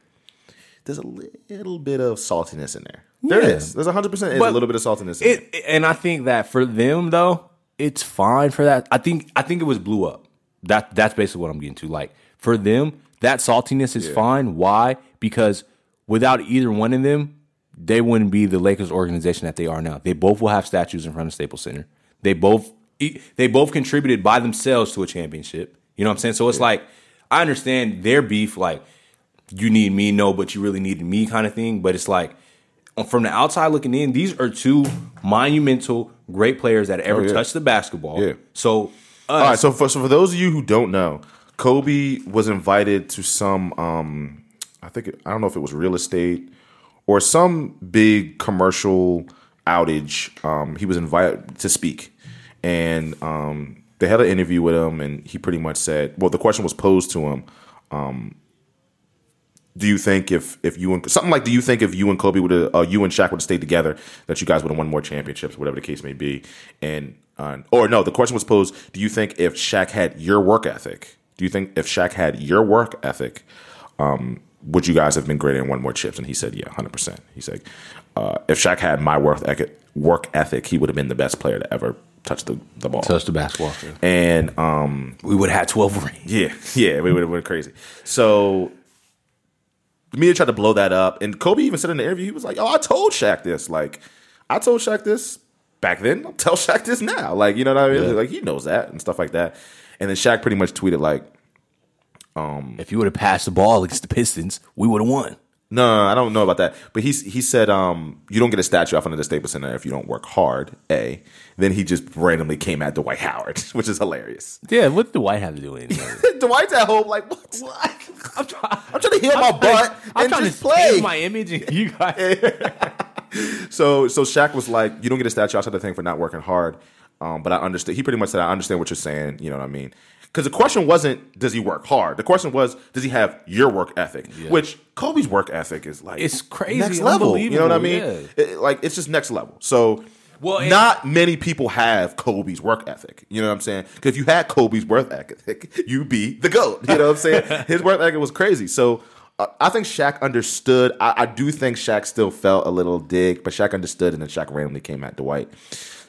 there's a little bit of saltiness in there. There
Yeah.
is. There's 100% is a
But
little bit of saltiness in
It and I think that for them though, it's fine for that. I think I think it was blew up. That that's basically what I'm getting to. Like for them, that saltiness is fine. Why? Because without either one of them, they wouldn't be the Lakers organization that they are now. They both will have statues in front of Staples Center. They both e- they both contributed by themselves to a championship. You know what I'm saying? So it's like I understand their beef like you need me, no, but you really needed me kind of thing. But it's like uh, from the outside looking in, these are two monumental great players that ever
yeah.
touched the basketball.
Yeah.
So
All
us,
right, so for, so for those of you who don't know, Kobe was invited to some, um, I think, it- I don't know if it was real estate or some big commercial outage. Um, he was invited to speak. And um, they had an interview with him, and he pretty much said, well, the question was posed to him. Um, do you think if if you and something like do you think if you and Kobe would have uh, you and Shaq would have stayed together that you guys would have won more championships whatever the case may be and uh, or no the question was posed do you think if Shaq had your work ethic do you think if Shaq had your work ethic um, would you guys have been greater and won more chips and he said yeah hundred percent he said uh, if Shaq had my work ethic, work ethic he would have been the best player to ever touch the the ball
touched the basketball.
and um.
We would have had 12 rings.
Yeah, yeah, we would have went crazy. So the media tried to blow that up. And Kobe even said in the interview, he was like, "Oh, I told Shaq this. Like, I told Shaq this back then. I'll tell Shaq this now. Like, you know what I mean?
Yeah.
Like, he knows that and stuff like that." And then Shaq pretty much tweeted like,
If you would have passed the ball against the Pistons, we would have won.
No, no, no, I don't know about that. But he's he said um, you don't get a statue off under the Staples Center if you don't work hard. A. Then he just randomly came at Dwight Howard, which is hilarious.
Yeah, what the White have to do with it?
Dwight's at home like what?
I'm trying.
I'm trying to heal my butt and just play.
my image, and you guys.
so so Shaq was like, you don't get a statue outside the thing for not working hard. Um, but I understand. He pretty much said, I understand what you're saying. You know what I mean? Because the question wasn't does he work hard. The question was does he have your work ethic, which Kobe's work ethic is like
It's crazy,
next level. You know what I mean?
unbelievable,
It- like it's just next level. So.
Well, and-
not many people have Kobe's work ethic. You know what I'm saying? Because if you had Kobe's work ethic, you'd be the GOAT. You know what I'm saying? His work ethic was crazy. So uh, I think Shaq understood. I, I do think Shaq still felt a little dig, but Shaq understood, and then Shaq randomly came at Dwight.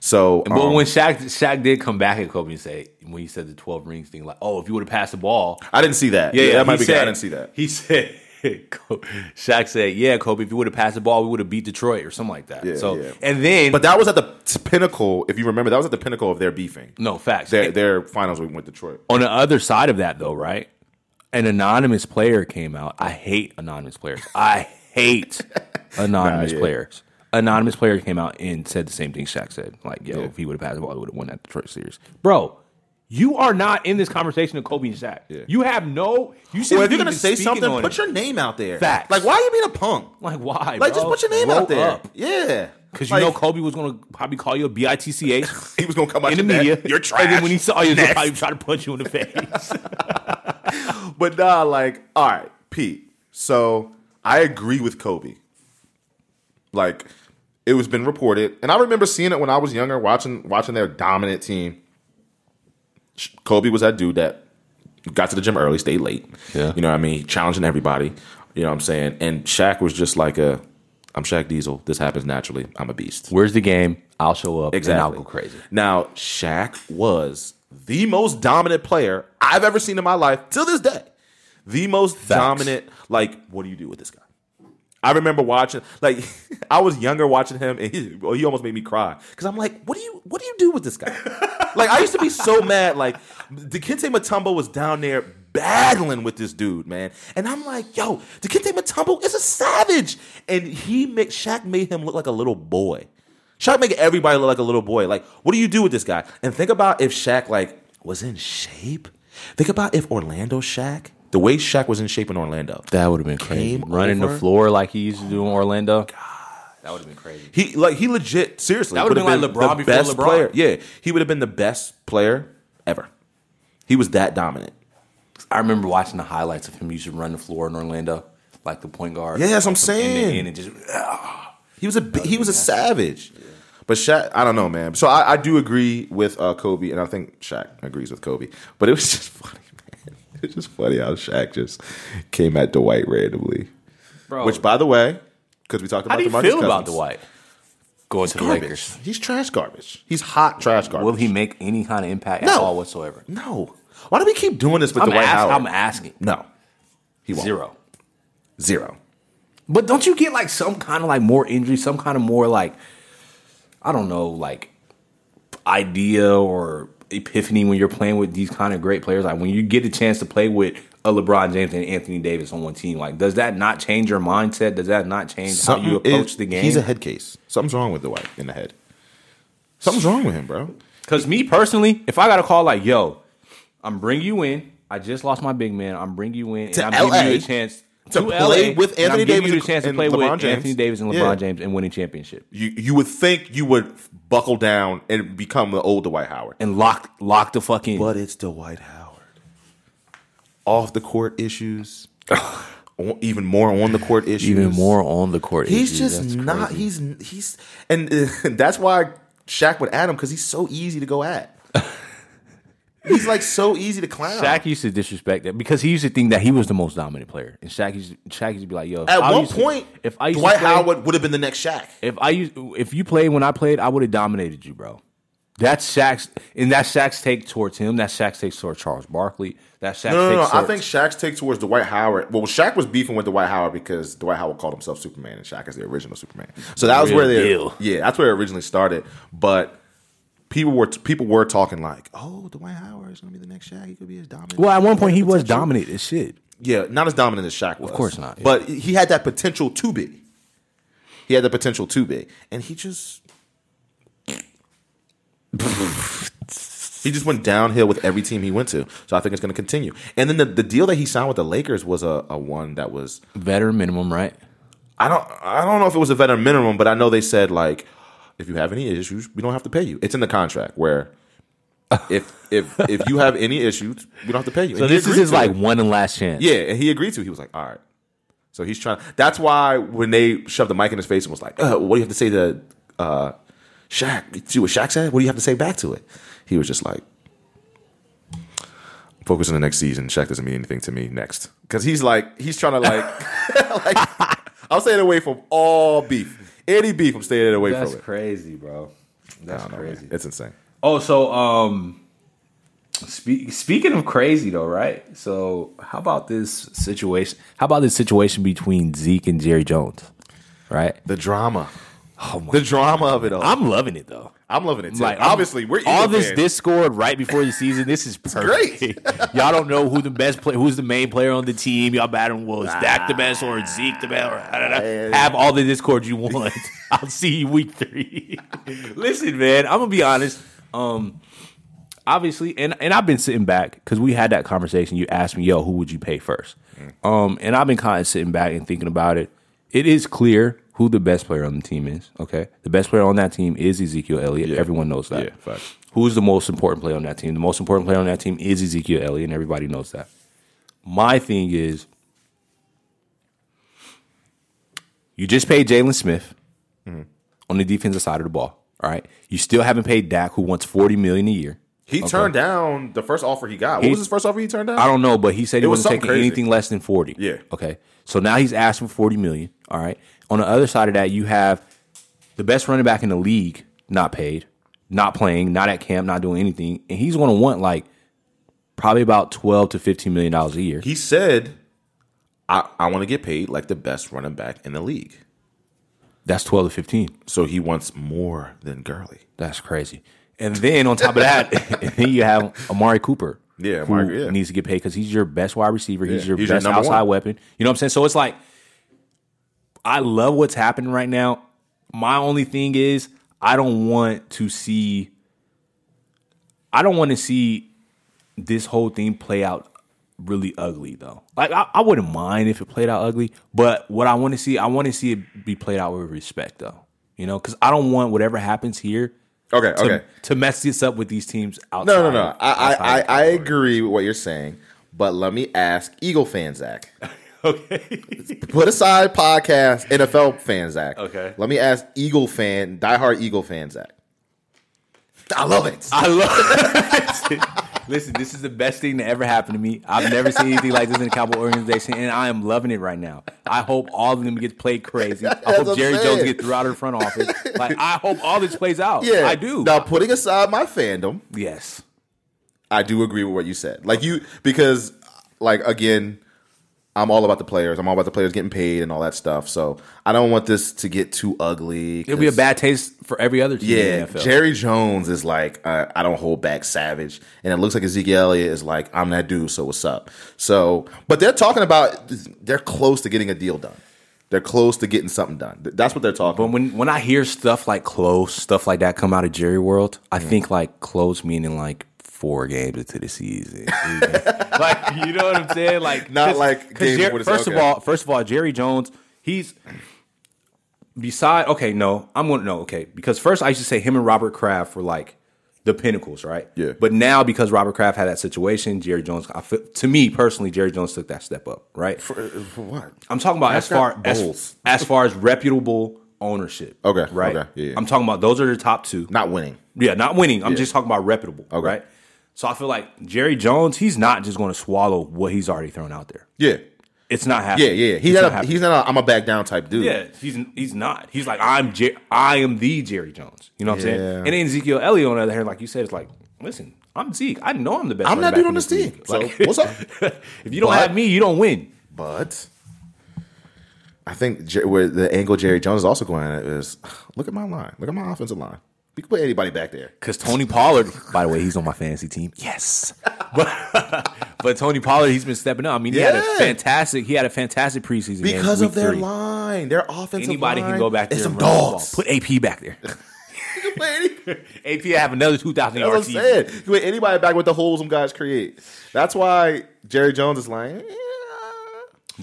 So, um,
But when Shaq Shaq did come back at Kobe and say when he said the twelve rings thing, like, oh, if you would have passed the ball,
I didn't see that. Yeah, that might
he
be good.
said-
I didn't see that.
He said, Co- Shaq said, yeah, Kobe, if you would have passed the ball, we would have beat Detroit or something like that.
Yeah,
so,
yeah.
and then,
But that was at the t- pinnacle, if you remember, that was at the pinnacle of their beefing.
no facts.
Their, their finals with Detroit.
On the other side of that, though, right? An anonymous player came out. I hate anonymous players. I hate anonymous
yeah.
players. Anonymous player came out and said the same thing Shaq said. Like, yo, if he would have passed the ball, he would have won that Detroit series. Bro, you are not in this conversation of Kobe and Shaq. You have no. You should
Well, if you're
going
gonna
to
say something, put your name out there.
Facts.
Like, why are you being a punk?
Like,
Like,
why? bro?
just put your name
Grow
out there.
up.
Yeah.
Because you know Kobe was going to probably call you a bitch
he was gonna come out
in the
your neck.
media.
You're trash.
And then when he saw you, he probably try to punch you in the face.
But nah, like, all right, Pete. So I agree with Kobe. Like, it was been reported, and I remember seeing it when I was younger, watching watching their dominant team. Sh- Kobe was that dude that got to the gym early, stayed late.
Yeah.
You know what I mean? Challenging everybody. You know what I'm saying? And Shaq was just like a I'm Shaq Diesel. This happens naturally. I'm a beast.
Where's the game? I'll show up
Exactly.
and I'll go crazy.
Now, Shaq was the most dominant player I've ever seen in my life till this day. The most dominant. Like, what do you do with this guy? I remember watching, like, I was younger watching him, and he, well, he almost made me cry because I'm like, what do you, what do you do with this guy? like, I used to be so mad. Like, Dikembe Mutombo was down there battling with this dude, man, and I'm like, yo, Dikembe Mutombo is a savage, and he made Shaq made him look like a little boy. Shaq make everybody look like a little boy. Like, what do you do with this guy? And think about if Shaq like was in shape. Think about if Orlando Shaq, the way Shaq was in shape in Orlando.
That would have been crazy.
Game
Running
over.
the floor like he used to do in Orlando. God, that would have been crazy.
He like he legit seriously
That would've
would've
been like LeBron before LeBron.
player. Yeah, he would have been the best player ever. He was that dominant.
I remember watching the highlights of him used to run the floor in Orlando, like the point guard.
Yeah, that's what I'm
From end to
saying.
end and just
He was a bi- he was a savage. But Shaq, I don't know, man. So I, I do agree with uh, Kobe, and I think Shaq agrees with Kobe. But it was just funny, man. It was just funny how Shaq just came at Dwight randomly.
bro.
Which, by the way, because we talked about
how do you feel
DeMarcus
about
Cousins.
Dwight going to the
Garbage.
Lakers?
He's trash garbage. He's hot trash garbage.
Will he make any kind of impact at
No.
all whatsoever?
No. Why do we keep doing this with
I'm,
Dwight
ask-
Howard?
I'm asking.
no. He won't.
Zero.
Zero.
But don't you get like some kind of like more injury, some kind of more like I don't know, like idea or epiphany when you're playing with these kind of great players? Like when you get a chance to play with a LeBron James and Anthony Davis on one team, like does that not change your mindset? Does that not change how you
Something
approach
is-
the game?
He's a head case. Something's wrong with Dwight in the head. Something's wrong with him, bro.
Because me personally, if I got a call like, "Yo, I'm bringing you in. I just lost my big man. I'm bringing you in, and
To
I'm giving
LA.
you a chance
To play with
and I'm
Anthony
giving you
Davis
the chance to
and
play with
LeBron James.
Anthony Davis and LeBron
Yeah.
James and winning championship
You you would think you would buckle down and become the old Dwight Howard.
and lock lock the fucking
But it's Dwight Howard. Off the court issues. o- even more on the court issues.
even more on the court.
He's
issues.
just
That's
not.
crazy.
He's he's and uh, that's why Shaq would at him because he's so easy to go at. he's like so easy to clown.
Shaq used to disrespect that because he used to think that he was the most dominant player, and Shaq used to, Shaq used to be like, "Yo, if
At
I
one
used to-
point,
if I used
Dwight
to play,
Howard would have been the next Shaq.
if I used, if you played when I played, I would have dominated you, bro." That's Shaq's, and that's Shaq's take towards him. That's Shaq's take towards Charles Barkley. That's Shaq's
No, no,
take
no. I
towards-
think Shaq's take towards Dwight Howard. Well, Shaq was beefing with Dwight Howard because Dwight Howard called himself Superman, and Shaq is the original Superman. So that was
Real
where they,
deal.
yeah, that's where it originally started. But people were people were talking like, oh, Dwight Howard is going to be the next Shaq. He could be as dominant.
Well, at one point he was
Potential.
dominant as shit.
Yeah, not as dominant as Shaq was. Of
course not, yeah.
But he had that potential to be. He had the potential to be, and he just. He just went downhill with every team he went to, so I think it's going to continue. And then the, the deal that he signed with the Lakers was a, a one that was
Veteran minimum, right?
I don't I don't know if it was a veteran minimum, but I know they said like if you have any issues, we don't have to pay you. It's in the contract where if if if you have any issues, we don't have to pay you.
So
And he
this is
agreed
his
to it.
like one and last chance.
Yeah, and he agreed to. it. He was like, all right. So he's trying. That's why when they shoved the mic in his face and was like, uh, what do you have to say to uh, Shaq? See what Shaq said? What do you have to say back to it? He was just like, focus on the next season. Shaq doesn't mean anything to me next. Because he's like, he's trying to like, like, I'm staying away from all beef. Any beef, I'm staying away
that's
from it.
crazy, bro. That's
I don't know, man.
crazy.
It's insane.
Oh, so um, speak, speaking of crazy though, right? So how about this situation? How about this situation between Zeke and Jerry Jones, right?
The drama.
Oh my!
The drama of it all. I'm,
I'm loving it though.
loving it too.
Like I'm-
Obviously, we're
all
Eagle
this
fans.
discord right before the season. This is perfect.
great.
Y'all don't know who the best play, who's the main player on the team. Y'all battling well, is Dak the best or is Zeke the best? Or, I don't know. Have all the discord you want. I'll see you week three. Listen, man, I'm gonna be honest. Um, obviously, and and I've been sitting back because we had that conversation. You asked me, "Yo, who would you pay first?
Mm.
Um, and I've been kind of sitting back and thinking about it. It is clear who the best player on the team is. Okay, the best player on that team is Ezekiel Elliott. Everyone knows that.
Yeah, facts.
Who's the most important player on that team? The most important player on that team is Ezekiel Elliott, and everybody knows that. My thing is, you just paid Jalen Smith
Mm-hmm.
on the defensive side of the ball. All right, you still haven't paid Dak, who wants forty million a year.
He turned down the first offer he got. What was his first offer he turned down?
I don't know, but he said he
It was
wasn't taking
something crazy.
anything less than forty.
Yeah.
Okay. So now he's asking for forty million. All right. On the other side of that, you have the best running back in the league not paid, not playing, not at camp, not doing anything, and he's going to want like probably about twelve to fifteen million dollars a year.
He said, I, I want to get paid like the best running back in the league.
That's twelve to fifteen.
So he wants more than Gurley.
That's crazy. And then on top of that, and then you have Amari Cooper.
Yeah,
who
Amari- yeah.
needs to get paid because he's your best wide receiver. He's
Yeah,
your
he's your
best
number
outside
one.
weapon. You know what I'm saying? So it's like, I love what's happening right now. My only thing is, I don't want to see. I don't want to see this whole thing play out really ugly though. Like I, I wouldn't mind if it played out ugly, but what I want to see, I want to see it be played out with respect though. You know, because I don't want whatever happens here
Okay,
to,
okay.
to mess this up with these teams outside.
No, no, no. I, I, I,
outside
I
of Cowboys.
agree with what you're saying, but let me ask Eagle fan Zach. okay. Put aside podcast, NFL fan Zach.
Okay.
Let me ask Eagle fan, diehard Eagle fan Zach. I love it.
I love. Listen, this is the best thing that ever happened to me. I've never seen anything like this in the Cowboy organization, and I am loving it right now. I hope all of them get played crazy. I
what
hope
I'm
Jerry
saying.
Jones gets throughout her front office. Like I hope all this plays out.
yeah,
I do.
Now, putting aside my fandom,
Yes.
I do agree with what you said. Like you because like again, I'm all about the players. I'm all about the players getting paid and all that stuff. So I don't want this to get too ugly.
It'll be a
'cause-
bad taste for every other team
Yeah,
in the NFL.
Jerry Jones is like uh, I don't hold back, savage, and it looks like Ezekiel Elliott is like I'm that dude. So what's up? So, but they're talking about they're close to getting a deal done. They're close to getting something done. Th- That's what they're talking.
But when when I hear stuff like close, stuff like that come out of Jerry World, I think like close meaning like four games into the season. like you know what I'm saying? Like
Not like games
Jer-
with his-
first of
okay.
all, first of all, Jerry Jones, he's beside okay, no, I'm gonna no, okay. Because first I used to say him and Robert Kraft were like the pinnacles, right?
Yeah.
But now because Robert Kraft had that situation, Jerry Jones I feel, to me personally, Jerry Jones took that step up, right?
For, for what?
I'm talking about as
That's
far
not
as,
bowls.
as far as reputable ownership.
Okay,
Right.
okay, yeah, yeah.
I'm talking about those are the top two.
Not winning.
Yeah, not winning. I'm just talking about reputable.
Okay.
Right. So I feel like Jerry Jones, he's not just going to swallow what he's already thrown out there.
Yeah,
It's not
Yeah,
happening.
yeah. He's
It's
not. A,
happening.
he's not. A, I'm a back down type dude.
Yeah, he's he's not. He's like I'm. Jer- I am the Jerry Jones. You know what I'm
Yeah.
saying? And then Ezekiel Elliott on the other hand, like you said, it's like listen, I'm Zeke. I know I'm the best.
I'm not
running
dude
back
on
in
this team.
league.
So
Like,
what's up?
if you don't
But-
have me, you don't win.
But I think Jer- where the angle Jerry Jones is also going at is look at my line. Look at my offensive line. You can put anybody back there.
Because Tony Pollard, by the way, he's on my fantasy team. Yes, but but Tony Pollard, he's been stepping up. I mean, he had
Yeah.
a fantastic. He had a fantastic preseason game,
Because
week
of their
three.
line, their offensive
Anybody
line.
can go back there
It's some
and run the ball.
dogs.
Put AP back there.
You can play any-
AP have another two thousand
That's what I'm
yards.
saying. You can put anybody back with the holes some guys create. That's why Jerry Jones is like. eh.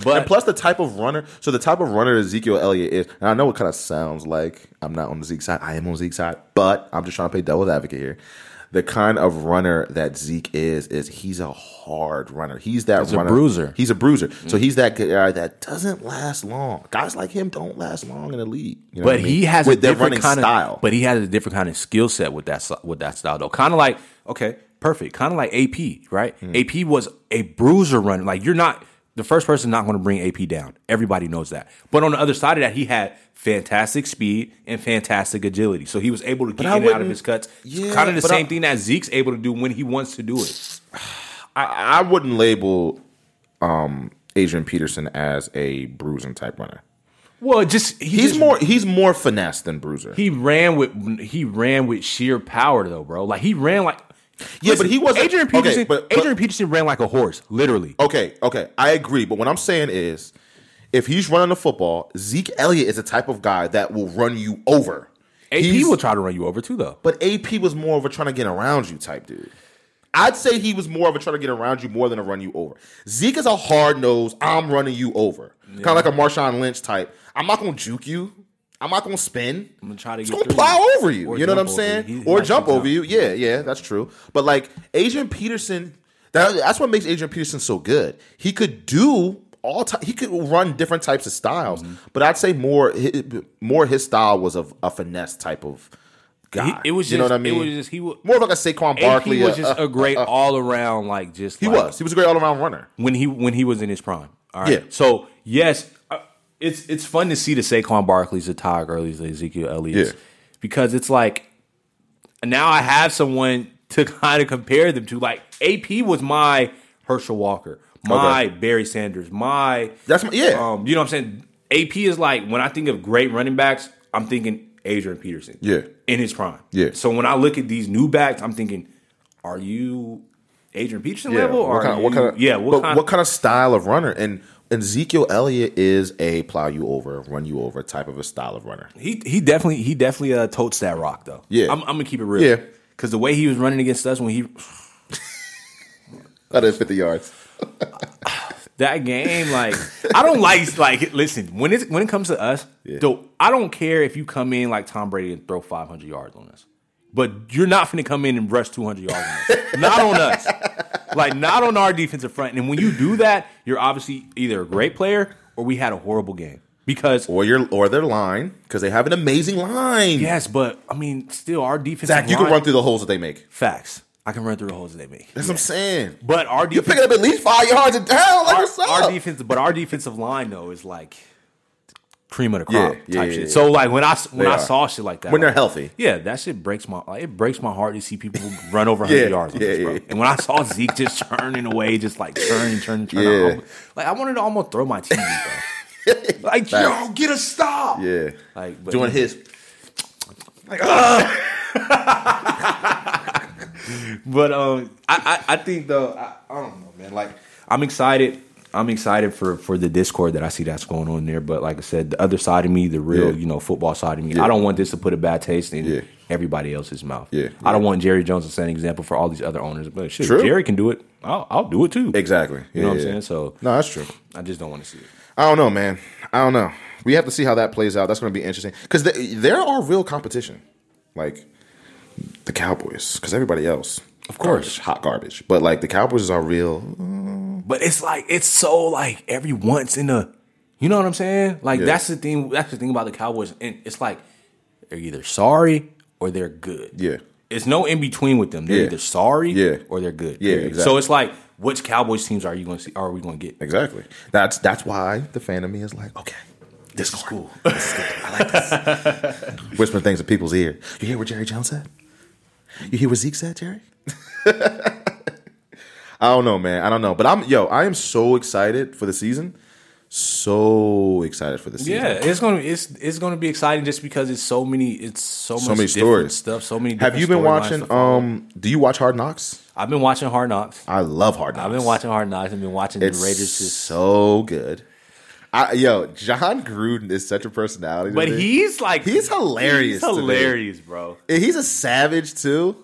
But-
and plus the type of runner, so the type of runner Ezekiel Elliott is, and I know it kind of sounds like I'm not on the Zeke side. I am on Zeke's side, but I'm just trying to play devil's advocate here. The kind of runner that Zeke is is he's a hard runner. He's that
a
runner.
bruiser. Mm.
He's a bruiser. So he's that guy that doesn't last long. Guys like him don't last long in the league. You know what
But
I mean?
he has
with
a
their
different
running
kind of
style.
But he has a different kind of skill set with that s- with that style though. Kind of like okay, perfect. Kind of like AP, right?
Hmm.
AP was a bruiser runner. Like you're not the first person not going to bring AP down. Everybody knows that. But on the other side of that, he had fantastic speed and fantastic agility. So he was able to get
I
in and out of
wouldn't-
his cuts. It's
Yeah,
kind of the
but
same
I-
thing that Zeke's able to do when he wants to do it.
I, I wouldn't label um, Adrian Peterson as a bruising type runner.
Well, just he
He's
just-
more he's more finesse than bruiser.
He ran with he ran with sheer power though, bro. Like he ran like
Yeah, but he wasn't-
Adrian
okay,
Peterson.
but- but-
Adrian Peterson ran like a horse, literally.
okay, okay, I agree. But what I'm saying is, if he's running the football, Zeke Elliott is the type of guy that will run you over.
AP
He's-
will try to run you over too, though.
but AP was more of a trying to get around you type dude. I'd say he was more of a trying to get around you more than a run you over. Zeke is a hard nose. I'm running you over, kind of like a Marshawn Lynch type. I'm not gonna juke you. I'm not gonna spin. I'm
gonna try to
It's
get
gonna
through
plow
you.
over you.
Or
you know what I'm
jump over
saying?
you. He- he
or
likes to
jump over
jump.
you. Yeah, yeah, that's true. But like Adrian Peterson, that, that's what makes Adrian Peterson so good. He could do all ty- he could run different types of styles.
Mm-hmm.
But I'd say more hi- more his style was of a finesse type of guy.
He- it was just,
you know what I mean.
It was just he was.
more of like a Saquon
AP
Barkley.
was
uh,
just
uh,
a great all around, like just
he
like,
was. He was a great all around runner.
when he when he was in his prime. All right.
Yeah.
So yes, uh, it's it's fun to see the Saquon Barkley's, the Todd Gurley's, the Ezekiel Elliott's,
Yeah.
because it's like now I have someone to kind of compare them to. Like AP was my Herschel Walker, my Barry Sanders, my
That's my, yeah.
um, you know what I'm saying. AP is like when I think of great running backs, I'm thinking Adrian Peterson.
Yeah.
In his prime.
Yeah.
So when I look at these new backs, I'm thinking, are you Adrian Peterson level?
What
or
kind,
are
of, what kind
you-
of
yeah?
but
kind
what kind of style of runner? And and Ezekiel Elliott is a plow you over, run you over type of a style of runner.
He he definitely he definitely uh, totes that rock though.
Yeah.
I'm, I'm gonna keep it real.
Yeah.
because the way he was running against us when he
That is fifty yards.
that game like I don't like like listen when it when it comes to us though I don't care if you come in like Tom Brady and throw 500 yards on us, but you're not finna come in and rush 200 yards on us. not on us, like not on our defensive front. And when you do that, you're obviously either a great player or we had a horrible game because.
Or your or their line because they have an amazing line.
Yes, but I mean, still, our defense.
Zach, you can run through the holes that they make.
facts. I can run through the holes that they make.
That's what I'm saying.
But our
You're
defense,
picking up at least five yards and down. Like
our,
what's up?
our defense, but our defensive line though is like cream of the
Yeah,
crop
yeah, yeah,
type shit.
yeah.
So like when I s- when
They
I
are.
saw shit like that,
when they're
like,
healthy.
yeah, that shit breaks my like, it breaks my heart to see people run over 100
Yeah,
yards on
yeah,
us, bro.
yeah.
And when I saw Zeke just turning away, just like turning, turning, turning,
Yeah.
I almost- like I wanted to almost throw my TV, bro. like yo, get a stop.
Yeah.
Like but,
Doing his
But um, I, I I think though I, I don't know, man. Like I'm excited. I'm excited for for the Discord that I see that's going on there. But like I said, the other side of me, the real
Yeah.
you know football side of me, I don't want this to put a bad taste in
Yeah.
everybody else's mouth.
Yeah.
I don't want Jerry Jones to set an example for all these other owners. But shit,
True.
Jerry can do it. I'll I'll do it too.
exactly.
You know what
Yeah.
I'm saying? So
No, that's true.
I just don't want to see it.
I don't know, man. I don't know. We have to see how that plays out. That's going to be interesting because there are real competition, like the Cowboys, because everybody else, of
course.
hot garbage. But like the Cowboys are real.
But it's like it's so like every once in a, you know what I'm saying? Like
Yeah.
that's the thing. That's the thing about the Cowboys, and it's like they're either sorry or they're good.
Yeah.
it's no in between with them. They're
Yeah.
either sorry
Yeah.
or they're good.
Yeah,
period.
exactly.
So it's like, which Cowboys teams are you going to see? Are we going to get?
Exactly. That's that's why the fan of me is like, okay,
This is cool.
whispering things in people's ear. You hear what Jerry Jones said? You hear what Zeke said, Jerry? I don't know, man. I don't know, but I'm yo. I am so excited for the season. So excited for the season.
yeah, it's gonna it's it's gonna be exciting just because it's so many it's so,
so
much
many
different
stories.
stuff. So many.
Have
different
you been
storylines to
watching?
follow.
Um, do you watch Hard Knocks?
I've been watching Hard Knocks.
I love Hard Knocks.
I've been watching Hard Knocks. I've been watching
It's
the Raiders. Just,
so good. I, yo, John Gruden is such a personality, to
but
me.
he's like
He's hilarious
He's
to me.
hilarious, bro.
And he's a savage too.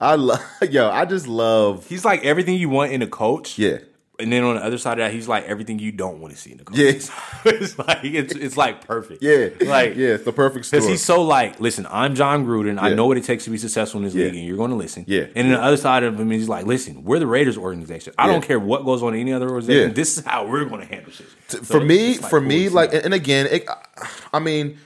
I love yo. I just love
He's like everything you want in a coach.
yeah.
And then on the other side of that, he's like everything you don't want to see in a coach.
Yeah.
it's like it's it's like perfect.
Yeah,
Like
yeah, it's the perfect
Because
story.
he's so like, listen, I'm John Gruden. I
Yeah.
know what it takes to be successful in this
Yeah.
league, and you're going to listen.
Yeah.
And then the other side of him is like, listen, we're the Raiders organization. I
Yeah.
don't care what goes on in any other organization.
Yeah.
This is how we're going to handle shit. So
for me,
it's like,
for
cool
me,
to see
like,
that.
and, and again, it, I mean,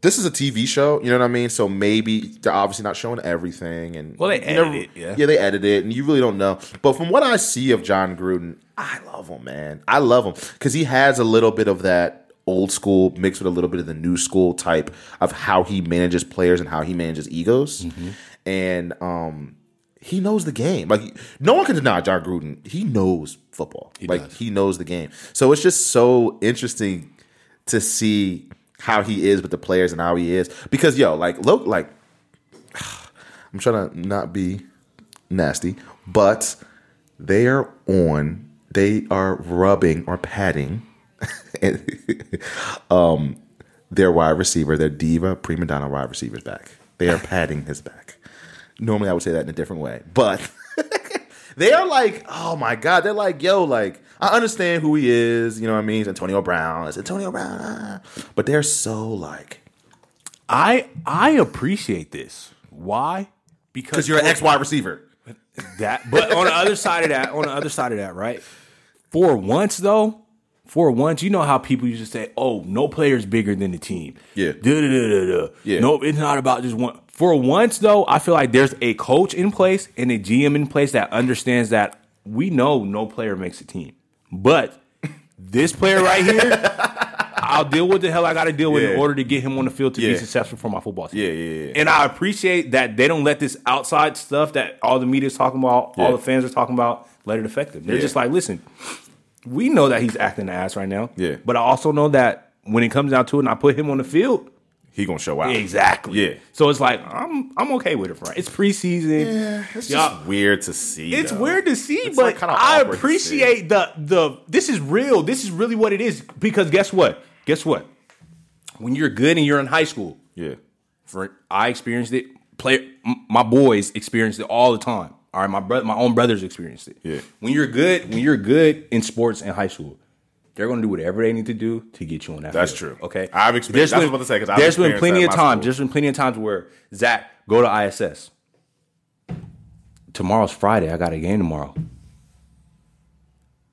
this is a TV show. You know what I mean? So maybe they're obviously not showing everything, and
Well, they
you
edit it, yeah.
they edit it, and you really don't know. But from what I see of John Gruden, I love him, man. I love him because he has a little bit of that old school mixed with a little bit of the new school type of how he manages players and how he manages egos,
Mm-hmm.
and um. He knows the game. Like no one can deny John Gruden. He knows football. like
does.
he knows the game. So it's just so interesting to see how he is with the players and how he is because yo, like look, like I'm trying to not be nasty, but they are on. They are rubbing or patting um, their wide receiver, their diva prima donna wide receiver's back. They are patting his back. Normally, I would say that in a different way, but they are like, oh my god, they're like, yo, like I understand who he is. You know what I mean? It's Antonio Brown. It's Antonio Brown. ah. But they're so like
I I appreciate this. Why? Because
because you're an ex wide receiver.
that. But on the other side of that, on the other side of that, right? For once though, for once, you know how people used to say, "Oh, no player's bigger than the team."
Yeah.
Duh, duh, duh, duh, duh.
Yeah.
No, it's not about just one. For once though, I feel like there's a coach in place and a GM in place that understands that we know no player makes a team, but this player right here. I'll deal with the hell I got to deal with
Yeah.
in order to get him on the field to
Yeah.
be successful for my football team.
Yeah, yeah, yeah.
And I appreciate that they don't let this outside stuff that all the media's talking about,
Yeah.
all the fans are talking about, let it affect them. They're
Yeah.
just like, listen, we know that he's acting the ass right now.
Yeah.
But I also know that when it comes down to it and I put him on the field,
He gonna show out.
exactly.
Yeah.
So it's like, I'm I'm okay with it, right? It's preseason.
Yeah, it's
Y'all-
just weird to see.
It's
though.
weird to see,
It's,
but
like, kinda
I
awkward to see.
appreciate the the this is real. This is really what it is. Because guess what? Guess what? When you're good and you're in high school,
Yeah,
for I experienced it. Play m- my boys experienced it all the time. All right, my brother, my own brothers experienced it.
Yeah.
When you're good, when you're good in sports in high school, they're going to do whatever they need to do to get you on that.
That's
field,
true.
Okay.
I've experienced-
There's
that's what I
been,
was about to say, 'cause I've
there's been
experienced that
plenty
in
of
my
times.
school.
There's been plenty of times where Zach go to ISS. Tomorrow's Friday. I got a game tomorrow.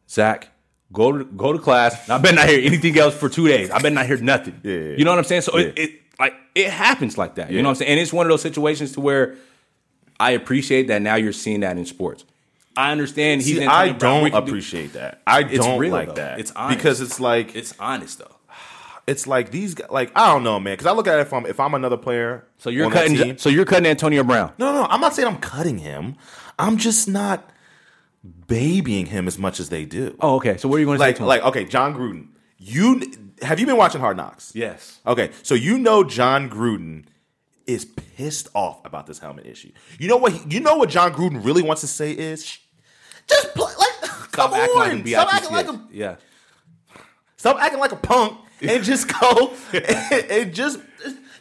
Zach, go to go to class. I bet not hear anything else for two days. I bet not hear nothing.
Yeah, yeah,
You know what I'm saying? So it,
yeah.
it like it happens like that. You
Yeah.
know what I'm saying? And it's one of those situations to where I appreciate that now you're seeing that in sports. I understand he's
see,
in
I
Antonio Brown. We
don't
can do-
appreciate that. I don't
real,
like
though.
that.
It's honest.
because it's like it's,
it's honest though.
like these guys. Like I don't know, man. Because I look at it from if I'm another player.
So you're
on that
cutting
team-
so you're cutting Antonio Brown.
No, no, no. I'm not saying I'm cutting him. I'm just not babying him as much as they do.
Oh, okay. So what are you going to say
like
to him?
like okay, John Gruden. You have you been watching Hard Knocks?
yes.
Okay, so you know John Gruden is pissed off about this helmet issue. You know what? he- you know what John Gruden really wants to say is, "Shh, just play, like, come
acting like a
on,
bitch.
stop acting like a
yeah.
stop acting like a punk and just go and, and just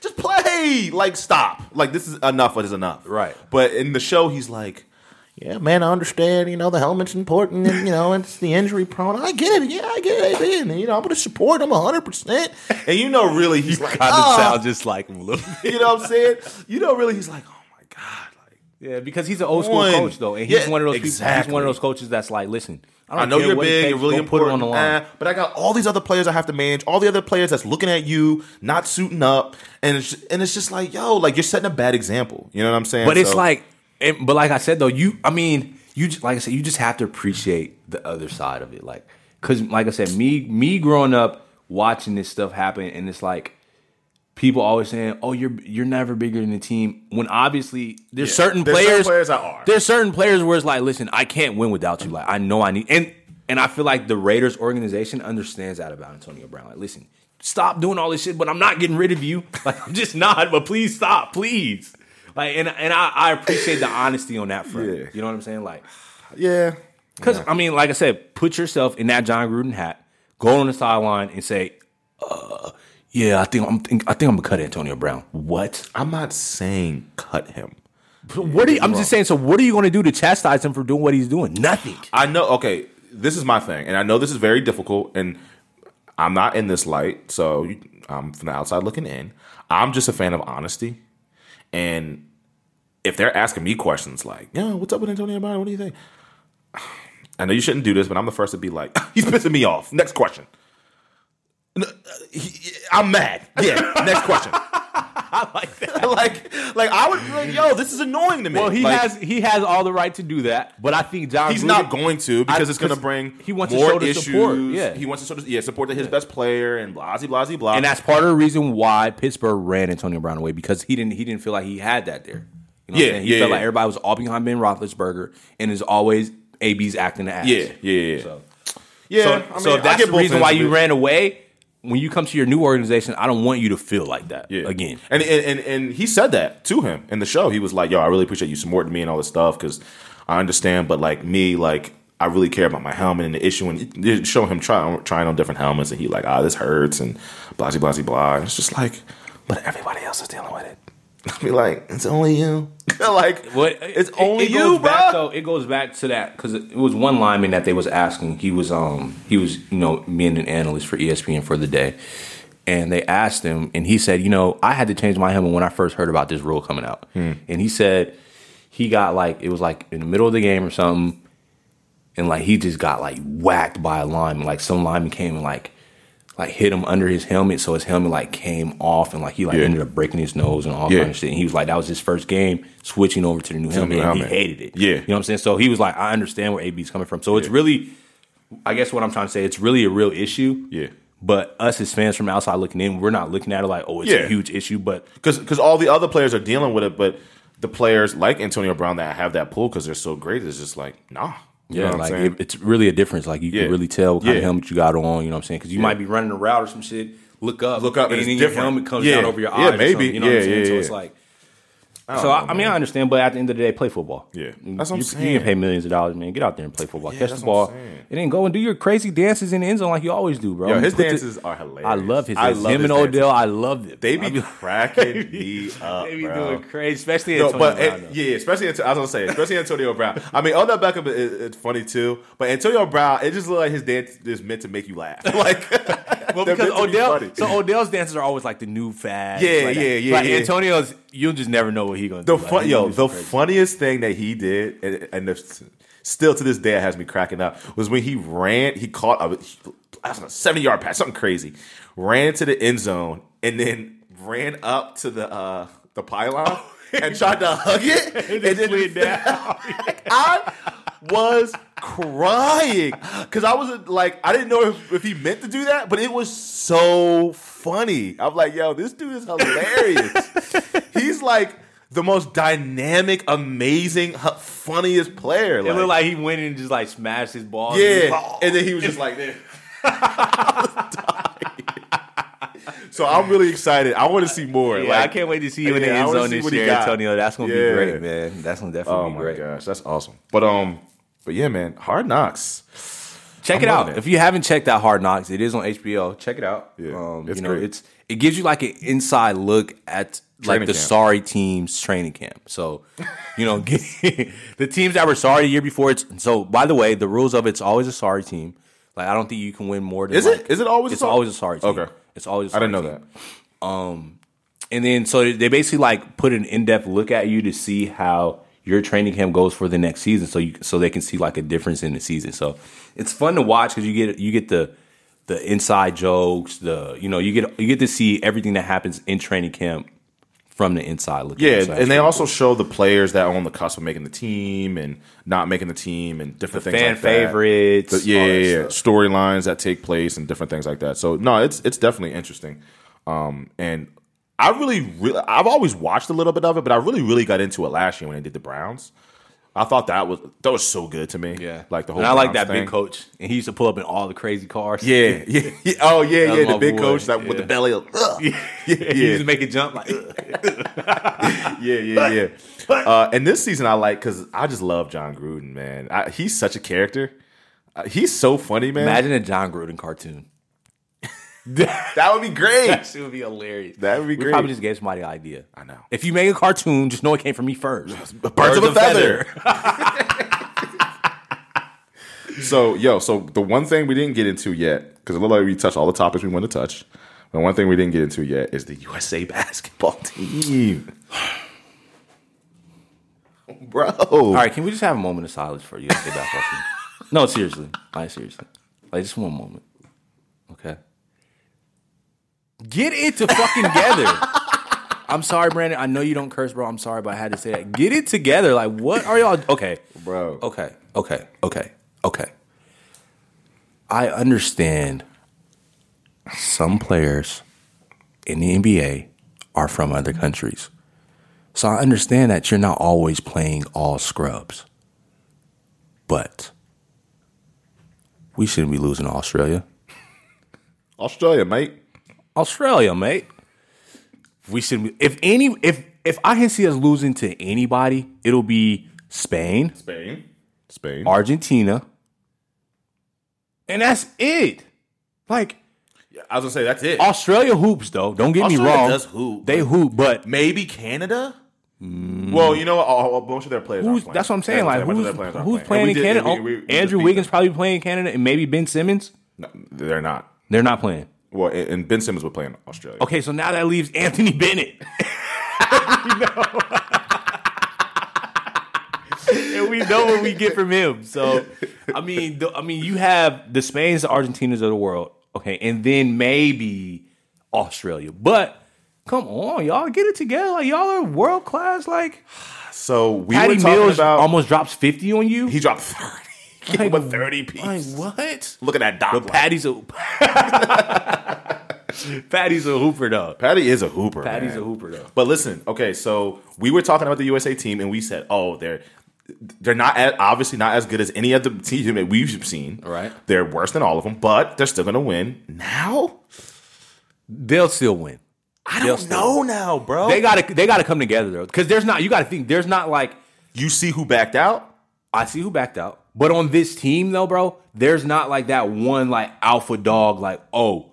just play. Like stop. Like this is enough. It is enough.
Right.
But in the show, he's like. Yeah, man, I understand. You know, the helmet's important, and you know, it's the injury prone. I get it. Yeah, I get it. And you know, I'm gonna support him 100. percent And you know, really, he's like,
Kind of
"Ah,
sounds just like him a little bit.
you know what I'm saying? You know, really, he's like, oh my god, like
Yeah, because he's an old school
on.
coach though, and he's
Yeah,
one of those people, he's
exactly.
one of those coaches that's like, listen, I,
I,
don't
know
care
you're
what it
big,
takes,
you're really
go put it
important,
on the line.
eh, but I got all these other players I have to manage, all the other players that's looking at you, not suiting up, and it's, and it's just like, yo, like you're setting a bad example. You know what I'm saying?
But it's
Ah, So-
like, and, but like I said though, you, I mean, you just, like I said, you just have to appreciate the other side of it, like, cause like I said, me, me growing up watching this stuff happen, and it's like people always saying, oh, you're you're never bigger than the team, when obviously there's
Yeah.
certain
There's
players,
certain players that are.
there's certain players where it's like, listen, I can't win without you, like I know I need, and and I feel like the Raiders organization understands that about Antonio Brown, like listen. Stop doing all this shit, but I'm not getting rid of you. Like I'm just not. But please stop, please. Like and and I, I appreciate the honesty on that front.
Yeah.
You know what I'm saying? Like
yeah,
because I mean, like I said, put yourself in that John Gruden hat, go on the sideline and say, uh, "Yeah, I think I'm think, I think I'm gonna cut Antonio Brown." What?
I'm not saying cut him.
what are you, I'm just saying. So what are you gonna do to chastise him for doing what he's doing? Nothing.
I know. Okay, this is my thing, and I know this is very difficult, and I'm not in this light, so you- I'm from the outside looking in. I'm just a fan of honesty, and if they're asking me questions like, "Yo, what's up with Antonio Brown? What do you think?" I know you shouldn't do this, but I'm the first to be like, "He's pissing me off." Next question. N- uh, he- I'm mad. Yeah. Next question.
I like that.
like, like I would. Like, Yo, this is annoying to me.
Well, Oh, he
Like,
has he has all the right to do that, but I think John
He's
Gruden-
not going to because
I-
it's going to
'cause
bring
he wants to
more
show the
issues.
support, yeah.
he wants to show the, yeah support to his best player and blah blah blah blah.
and that's part of the reason why Pittsburgh ran Antonio Brown away because he didn't he didn't feel like he had that there. You know what
Yeah,
I'm saying? He
yeah,
felt
yeah.
like everybody was all behind Ben Roethlisberger and is always AB's acting the ass.
yeah, yeah, yeah.
So,
yeah.
so,
I mean,
so
I
if that's
get
the
both
reason
ends
why
of
you
it.
ran away, when you come to your new organization, I don't want you to feel like that
Yeah.
again.
And, and and and he said that to him in the show. He was like, "Yo, I really appreciate you supporting me and all this stuff because I understand, but like me, like." I really care about my helmet and the issue, and it- it showed him trying trying on different helmets, and he like, ah, this hurts, and blah blah blah blah. And it's just like, but everybody else is dealing with it. I mean, like, it's only you. like,
What?
It's
it-
only
it goes
you,
back,
bro.
though, it goes back to that because it it was one lineman that they was asking. He was um he was you know being an analyst for E ESPN for the day, and they asked him, and he said, you know, I had to change my helmet when I first heard about this rule coming out,
Hmm.
and he said he got like it was like in the middle of the game or something, and like he just got like whacked by a lineman. Like some lineman came and like like hit him under his helmet, so his helmet like came off, and like he like
Yeah.
ended up breaking his nose and all
Yeah.
kind of shit. And he was like, that was his first game switching over to the new
the new
helmet. and he
helmet.
hated it.
Yeah.
you know what I'm saying. So he was like, I understand where AB's coming from. So it's really, I guess what I'm trying to say, it's really a real issue.
Yeah.
But us as fans from outside looking in, we're not looking at it like, oh, it's
Yeah.
a huge issue. But
because because all the other players are dealing with it, but the players like Antonio Brown that have that pull because they're so great is just like nah. You know what I'm
like
saying?
it, it's really a difference. Like you
Yeah.
can really tell what kind of
Yeah.
helmet you got on. You know what I'm saying? Because you might be running a route or some shit. Look up,
Look up, and
and,
it's
then your
different.
helmet comes
Yeah.
down over your
Yeah,
eyes. or
maybe.
something, you know what
Yeah,
I'm saying?
yeah,
so
yeah.
it's like. so I, I mean, I understand, but at the end of the day, play football.
Yeah.
You-
That's what I'm
you,
saying.
You can pay millions of dollars, man. Get out there and play football. Catch
that's
the
what
ball,
I'm saying.
and then go and do your crazy dances in the end zone like you always do, bro.
Yo,
I mean,
his
put the-
dances are hilarious.
I love his.
I
dances.
love
him
his
and
dances.
Odell. I love it.
they
I
be
be-
cracking me up,
they be
bro.
doing crazy, especially
No,
Antonio
but
Brown,
eh,
though.
yeah, especially Anto- I was gonna say, especially Antonio Brown. I mean, Odell Beckham is, is funny too, but Antonio Brown, it just looked like his dance is meant to make you laugh. Like,
Well,
they're
because
meant to be
Odell,
funny.
so Odell's dances are always like the new fad.
Yeah,
like that.
yeah, yeah,
Like
yeah.
Antonio's, you'll just never know what he gonna
The
do. Like,
fun,
he
yo,
just
the
crazy.
funniest thing that he did, and, and it's- still to this day it has me cracking up, was when he ran. He caught a, I don't know, seventy yard pass, something crazy. Ran into the end zone and then ran up to the uh, the pylon and tried to hug it, and
It
then
slid down.
I was crying because I was like, I didn't know if, if he meant to do that, but it was so funny. I'm like, yo, this dude is hilarious. He's like the most dynamic, amazing, hu- funniest player.
It looked
like,
like he went and just like smashed his ball.
yeah, and then he was just like this. So I'm really excited. I want to see more.
Yeah, I
like,
can't wait to see you in
yeah,
the
I
end
wanna
zone
see
this
what he
year,
got.
Antonio. That's gonna
Yeah.
be great, man. That's gonna definitely
Oh
be
my
great.
gosh, that's awesome. But um, but yeah, man, Hard Knocks.
Check it
I'm
out.
loving it.
If you haven't checked out Hard Knocks, it is on HBO. Check it out.
Yeah,
um,
it's
you know,
great.
it's it gives you like an inside look at like
Training
the
camp.
sorry teams training camp. So, you know, get, the teams that were sorry the year before. It's so. By the way, the rules of it's always a sorry team. Like I don't think you can win more than
Is it?
like-
Is it always a
It's
sorry-
always a sorry team.
Okay.
It's always. I
I didn't know that.
and then so they basically like put an in-depth look at you to see how your training camp goes for the next season, so you so they can see like a difference in the season. So it's fun to watch because you get you get the the inside jokes, the you know you get you get to see everything that happens in training camp from the inside looking.
Yeah,
in. So that's
and they
really
also show the players that are on the cusp of making the team and not making the team and different
cool.
things
fan
like that.
favorites,
But yeah,
all that
yeah, yeah.
stuff.
storylines that take place and different things like that. So no, it's it's definitely interesting. Um, and I really, really, I've always watched a little bit of it, but I really, really got into it last year when they did the Browns. I thought that was that was so good to me.
Yeah,
like the whole.
And I like
Browns
that
thing.
big coach, and he used to pull up in all the crazy cars.
Yeah, yeah, yeah. Oh yeah,
That's
yeah. The
my
big
boy.
coach that with the
Yeah.
belly. Of, Ugh. Yeah, yeah,
he used
yeah,
to make it jump like. "Ugh."
yeah, yeah. Uh, and this season I like because I just love John Gruden, man. I, he's such a character. Uh, he's so funny, man.
Imagine a John Gruden cartoon.
That would be great.
That shit would be hilarious.
That would be
we
great.
probably just gave somebody an idea.
I know.
If you make a cartoon, just know it came from me first. Birds,
of a feather. So, yo, so the one thing we didn't get into yet, because it looked like we touched all the topics we wanted to touch, but one thing we didn't get into yet is the USA basketball team. Bro.
All right, can we just have a moment of silence for you? Get back off me. no, seriously. Like, seriously. Like, just one moment. Okay. Get it to fucking together. I'm sorry, Brandon. I know you don't curse, bro. I'm sorry, but I had to say that. Get it together. Like, what are y'all? Okay.
Bro.
Okay. Okay. Okay. Okay. I understand some players in the NBA are from other countries. So I understand that you're not always playing all scrubs. But we shouldn't be losing to Australia.
Australia, mate.
Australia, mate. We should be, if any if if I can see us losing to anybody, it'll be Spain,
Spain. Spain.
Argentina. And that's it. Like
I was going to say, that's it.
Australia hoops though. Don't get me
Australia
wrong.
does hoop,
they hoop, but
Maybe Canada? Well, you know, what? a, a bunch of their players.
Mm. who's,
aren't playing.
that's what I'm saying.
Yeah,
Like
a bunch of
who's,
their players aren't
who's
And
playing
we
in
did-
Canada? Oh,
and we- we- we just
Andrew
beat
Wiggins probably playing in Canada, and maybe Ben Simmons.
them. No, they're not.
They're not playing.
Well, and and Ben Simmons would play in Australia.
Okay, so now that leaves Anthony Bennett. You know. and we know what we get from him. So, I mean, th- I mean, you have the Spains, the Argentinas of the world, okay, and then maybe Australia. But come on, y'all, get it together. Like y'all are world class. Like
So we
Patty
were talking
Mills
about.
almost drops fifty on you.
he dropped 30. He
Like,
gave him a 30 piece.
like what?
Look at that dot. line.
Patty's a Patty's a hooper though.
Patty is a hooper.
Patty's
man.
a hooper though.
But listen, okay, so we were talking about the USA team, and we said, oh, they're they're not at, obviously not as good as any other team that we've seen.
Right.
They're worse than all of them, but they're still gonna win. Now
They'll still win.
I
They'll
don't
still
know. Now, bro,
They gotta they gotta come together though. Cause there's not you gotta think there's not like
you see who backed out?
I see who backed out. But on this team though, bro, there's not like that one like alpha dog, like, oh,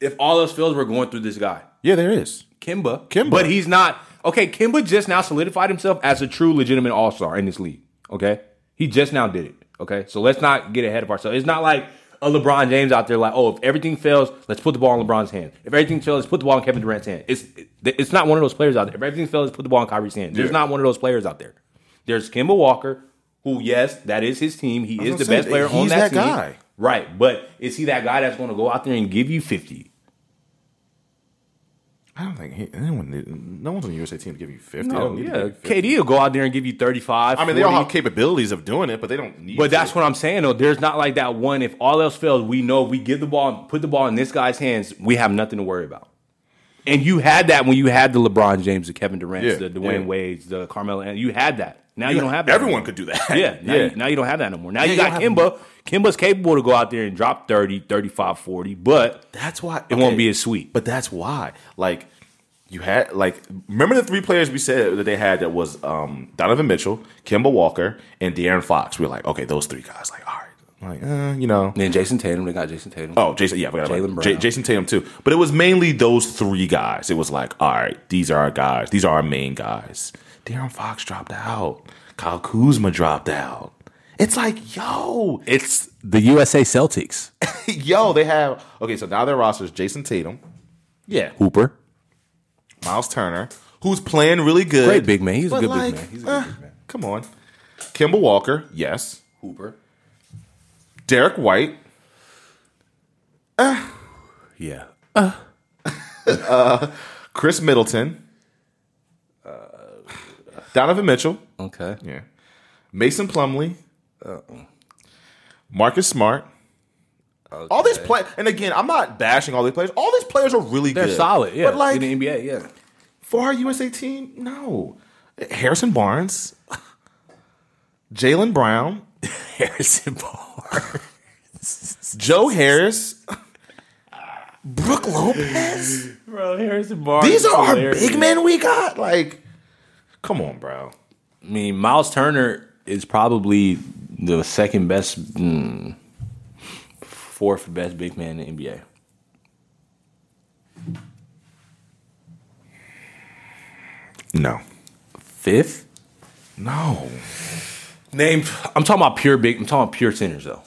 if all else fails, we're going through this guy.
Yeah, there is.
Kimba.
Kimba.
But he's not okay, Kimba just now solidified himself as a true legitimate all-star in this league. Okay? He just now did it. Okay. So let's not get ahead of ourselves. It's not like a LeBron James out there like, oh, if everything fails, let's put the ball in LeBron's hand. If everything fails, let's put the ball in Kevin Durant's hand. It's it's not one of those players out there. If everything fails, let's put the ball in Kyrie's hand. There's
Yeah.
not one of those players out there. There's Kimba Walker, who yes, that is his team. He is
gonna
the
say,
best player on
he's
that,
that
team.
guy.
Right. But is he that guy that's going to go out there and give you 50?
I don't think he, anyone. did- No one's on the USA team to give you fifty. They
Oh
don't need to
yeah,
give you 50.
KD will go out there and give you thirty five.
I mean, they all have capabilities of doing it, but they don't need.
But that's
to.
what I'm saying though. There's not like that one. If all else fails, we know if we give the ball and put the ball in this guy's hands. We have nothing to worry about. And you had that when you had the LeBron James, the Kevin Durant,
Yeah,
the Dwayne
yeah.
Wades, the Carmelo. And you had that. Now you, don't have that.
Everyone
anymore.
could do that.
Yeah, now,
yeah.
You, now you don't have that no more. Now
Yeah,
you
you
got
don't
Kimba. Kimba's capable to go out there and drop 30, 35, 40, but
That's why
it won't be as sweet.
But that's why, like, you had like remember the three players we said that they had that was um, Donovan Mitchell, Kimba Walker, and De'Aaron Fox. We were like, okay, those three guys. Like, all right, like, uh, you know.
then Jason Tatum, they got Jason Tatum.
Oh, Jason, yeah, I forgot
Jaylen
about
Brown.
J- Jason Tatum too. But it was mainly those three guys. It was like, all right, these are our guys. These are our main guys. De'Aaron Fox dropped out. Kyle Kuzma dropped out. It's like, yo,
It's the USA Celtics.
yo, they have okay. So now their roster is Jason Tatum, yeah,
Hooper.
Miles Turner, who's playing really good.
Great big man. He's a
But
good
like,
big man. He's a good
eh,
big man.
Come on. Kimball Walker, yes.
Hooper.
Derek White,
Yeah.
Chris Middleton, uh, Donovan Mitchell,
Okay.
yeah. Mason Plumley, Marcus Smart. All these play, and again, I'm not bashing all these players. All these players are really
They're
good.
solid. Yeah.
but like
in the NBA, yeah.
for our USA team, no. Harrison Barnes, Jalen Brown,
Harrison Barnes.
Joe Harris, Brooke Lopez.
Bro, Harrison Barnes.
These
is
are our
hilarious.
big men we got. Like, come on, bro.
I mean, Miles Turner is probably the second best, mm, fourth best big man in the NBA.
No,
Fifth?
no,
Name. I'm talking about pure big. I'm talking about pure centers though.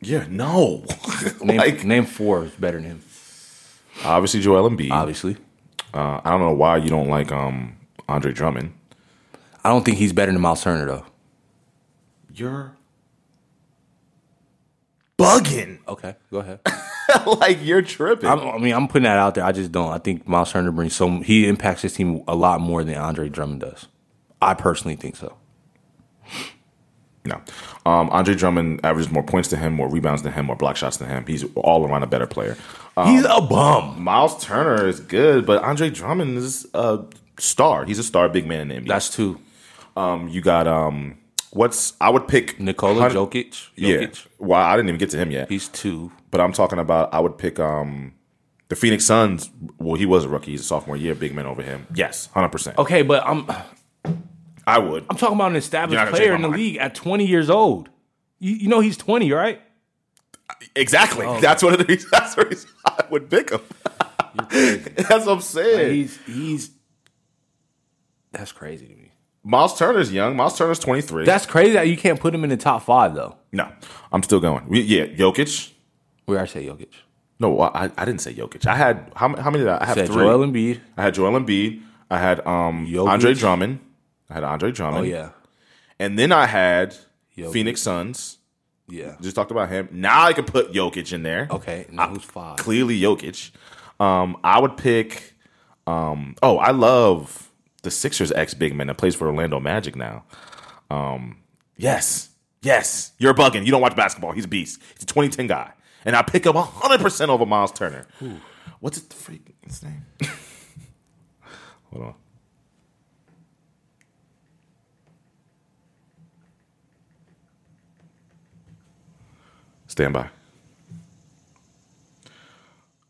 yeah, no.
Name,
like,
name four is better than him.
obviously Joel Embiid.
Obviously,
Uh, I don't know why you don't like um Andre Drummond.
I don't think he's better than Miles Turner though.
You're bugging.
Okay, go ahead.
like you're tripping.
I'm, I mean, I'm putting that out there. I just don't. I think Miles Turner brings so he impacts his team a lot more than Andre Drummond does. I personally think so.
No. Um, Andre Drummond averages more points than him, more rebounds than him, more block shots than him. He's all around a better player.
he's a bum.
Miles Turner is good, but Andre Drummond is a star. He's a star big man in the NBA.
That's two.
Um, you got um, what's I would pick
Nikola
Hun-
Jokic.
Yeah.
Jokic.
Well, I didn't even get to him yet,
He's two.
but I'm talking about I would pick um, the Phoenix Suns. Well, he was a rookie. He's a sophomore year. Big man over him. Yes, hundred percent.
Okay, but I'm I'm
I would.
talking about an
You're
established
not gonna
player
change
in the
my mind.
league at 20 years old. You, you know he's 20, right?
Exactly. That's what it is. That's the reason I would pick him. that's what I'm saying.
He's he's that's crazy to me.
Miles Turner's young. Miles Turner's 23.
That's crazy that you can't put him in the top five though.
no, I'm still going. We, yeah, Jokic.
Where I say Jokic,
No, I, I- I didn't say Jokic. I had how, m- how many did I, I have?
said
three.
Joel Embiid.
I had Joel Embiid. I had um
Jokic.
Andre Drummond. I had Andre
Oh
Drummond.
yeah,
And then I had
Jokic.
Phoenix Suns.
yeah.
Just talked about him. Now I can put Jokic in there.
Okay, now who's five?
Clearly Jokic. Um, I would pick. Um, oh, I love the Sixers ex big man that plays for Orlando Magic now. Um, Yes. Yes. You're bugging. You don't watch basketball. He's a beast. He's a 2010 guy. And I pick him 100% over Miles Turner. What's it, the freak, his name? Hold on. Stand by.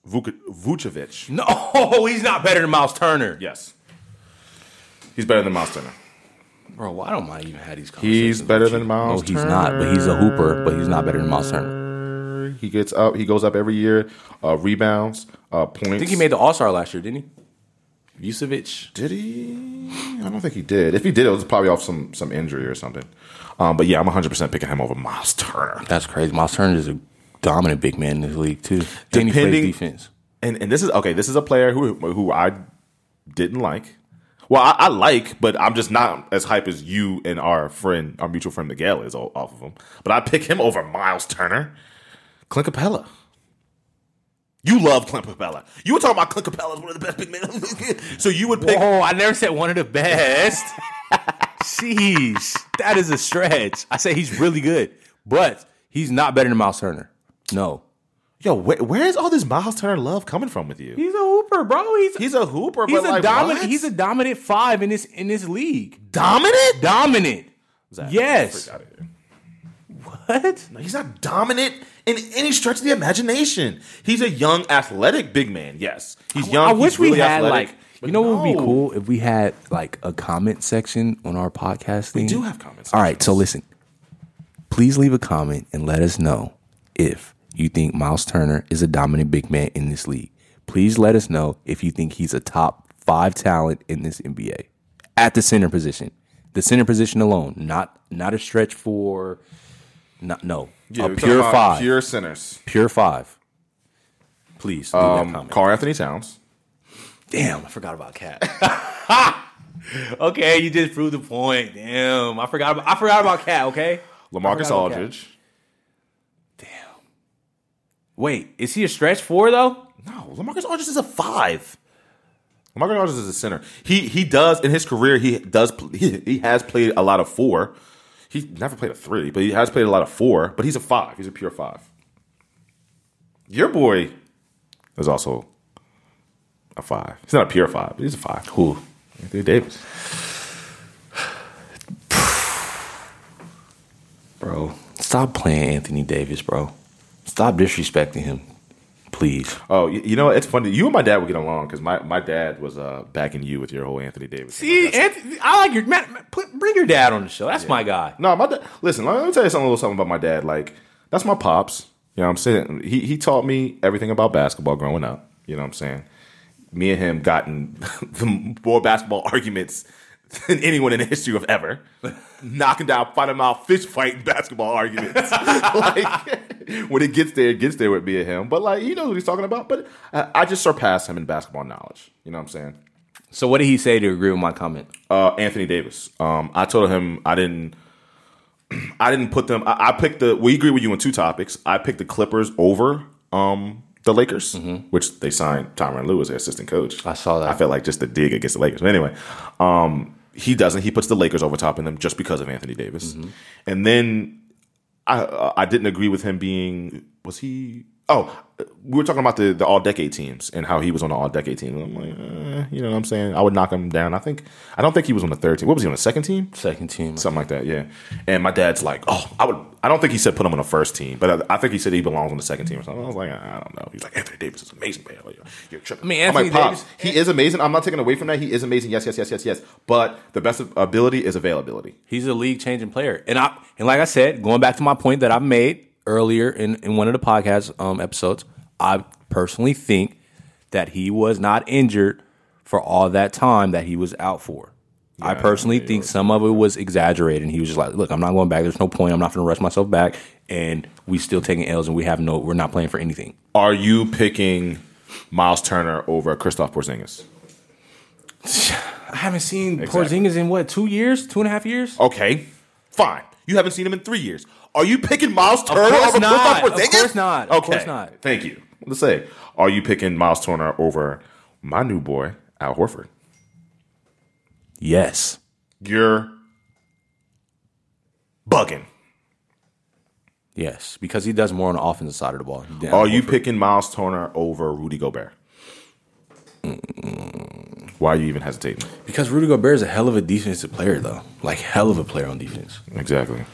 Vuka- Vucevic.
No, he's not better than Miles Turner.
Yes. He's better than Miles Turner.
Bro, why don't I even have these conversations?
He's
with
better
you?
than Miles
No, he's not. But he's a hooper. But he's not better than Miles Turner.
He gets up. He goes up every year. Uh, rebounds, uh, points.
I think he made the All Star last year, didn't he? Vucevic.
Did he? I don't think he did. If he did, it was probably off some some injury or something. Um, but yeah, I'm 100 percent picking him over Miles Turner.
That's crazy. Miles Turner is a dominant big man in this league too. And he plays
Depending-
defense.
And and this is okay. This is a player who who I didn't like. Well, I, I like, but I'm just not as hype as you and our friend, our mutual friend Miguel is o- off of him. But I pick him over Miles Turner, Clint Capella. You love Clint Capella. You were talking about Clint Capella as one of the best big men. so you would pick
Oh, I never said one of the best. Jeez, that is a stretch. I say he's really good, but he's not better than Miles Turner. No,
Yo, where, where is all this Miles Turner love coming from with you?
he's a hooper, bro. He's
He's a hooper,
he's
but
a
like,
dominant.
what?
He's a dominant five in this in this league.
dominant.
Dominant.
Zach,
Yes.
freak outta here.
What?
No, he's not dominant in any stretch of the imagination. He's a young, athletic big man. Yes, he's young.
I
he's
wish
really
we had
athletic,
like
but
you know what would be
no.
cool if we had like a comment section on our podcast thing. We
do have comment
All right, so listen. Please leave a comment and let us know if you think Miles Turner is a dominant big man in this league. Please let us know if you think he's a top five talent in this NBA at the center position. The center position alone, not not a stretch for, not no,
Yeah,
a
we're talking
pure
about
five, pure,
pure centers.
five. Please leave that
Um,
comment.
Carl Anthony Towns.
Damn, I forgot about Cat. okay, you just proved the point. Damn, I forgot. About, I forgot about Cat. Okay, I
Lamarcus
forgot about
Aldridge.
Damn. Wait, is he a stretch four though?
No, Lamarcus Aldridge is a five. Lamarcus Aldridge is a center. He he does in his career. He does pl- he, he has played a lot of four. He never played a three, but he has played a lot of four. But he's a five. He's a pure five. Your boy is also a five. He's not a pure five, but he's a five. Who? Anthony Davis.
Bro, stop playing Anthony Davis, bro. Stop disrespecting him, please.
Oh, y- you know what? it's funny. You and my dad would get along because my, my dad was uh, backing you with your whole Anthony Davis. thing.
See, Anthony, I like your man. man, Put, bring your dad on the show. That's my guy.
No, my dad. Listen, let me tell you something, a little something about my dad. Like that's my pops. You know what I'm saying? He he taught me everything about basketball growing up. You know what I'm saying? Me and him gotten the more basketball arguments than anyone in the history of ever. Knocking down, fighting mouth, fist fighting basketball arguments. like when it gets there, it gets there with me and him. But like he knows what he's talking about. But I, I just surpassed him in basketball knowledge. You know what I'm saying?
So, what did he say to agree with my comment?
Uh, Anthony Davis. Um, I told him I didn't. I didn't put them. I, I picked the. We agree with you on two topics. I picked the Clippers over um, the Lakers, which they signed Tyronn Lue as their assistant coach.
Mm-hmm. I saw that.
I felt like just a dig against the Lakers. But anyway, um, he doesn't. He puts the Lakers over top in them just because of Anthony Davis.
Mm-hmm.
And then I I didn't agree with him being was he. Oh, we were talking about the, the all decade teams and how he was on the all decade team. I'm like, eh, you know what I'm saying? I would knock him down. I think I don't think he was on the third team. What was he on the second team?
Second team.
something like that. Yeah. And my dad's like, oh, I would. I don't think he said put him on the first team, but I, I think he said he belongs on the second team or something. I was like, I don't know. He's like, Anthony Davis is amazing, man. Like, you're, you're tripping.
I mean,
I'm
Anthony
like, Pops,
Davis-
he is amazing. I'm not taking away from that. He is amazing. Yes, yes, yes, yes, yes. But the best ability is availability.
He's a league changing player. And I and like I said, going back to my point that I made earlier in, in one of the podcast um, episodes, I personally think that he was not injured for all that time that he was out for. I personally think some of it was exaggerated. And he was just like, look, I'm not going back. There's no point. I'm not going to rush myself back. And we still taking L's and we have no, we're not playing for anything.
Are you picking Miles Turner over Christoph Porzingis?
I haven't seen
Exactly.
Porzingis in what, two years, two and a half years?
Okay, fine. You haven't seen him in three years. Are you picking Miles Turner
course
over
not. Of
Christoph Porzingis?
course not. Of
Okay.
course not.
Thank you. Let's say, are you picking Miles Turner over my new boy Al Horford?
Yes.
You're bugging.
Yes. Because he does more on the offensive side of the ball. than
Are you picking Miles Turner over Rudy Gobert? Why are you even hesitating?
Because Rudy Gobert is a hell of a defensive player, though. Like hell of a player on defense.
Exactly.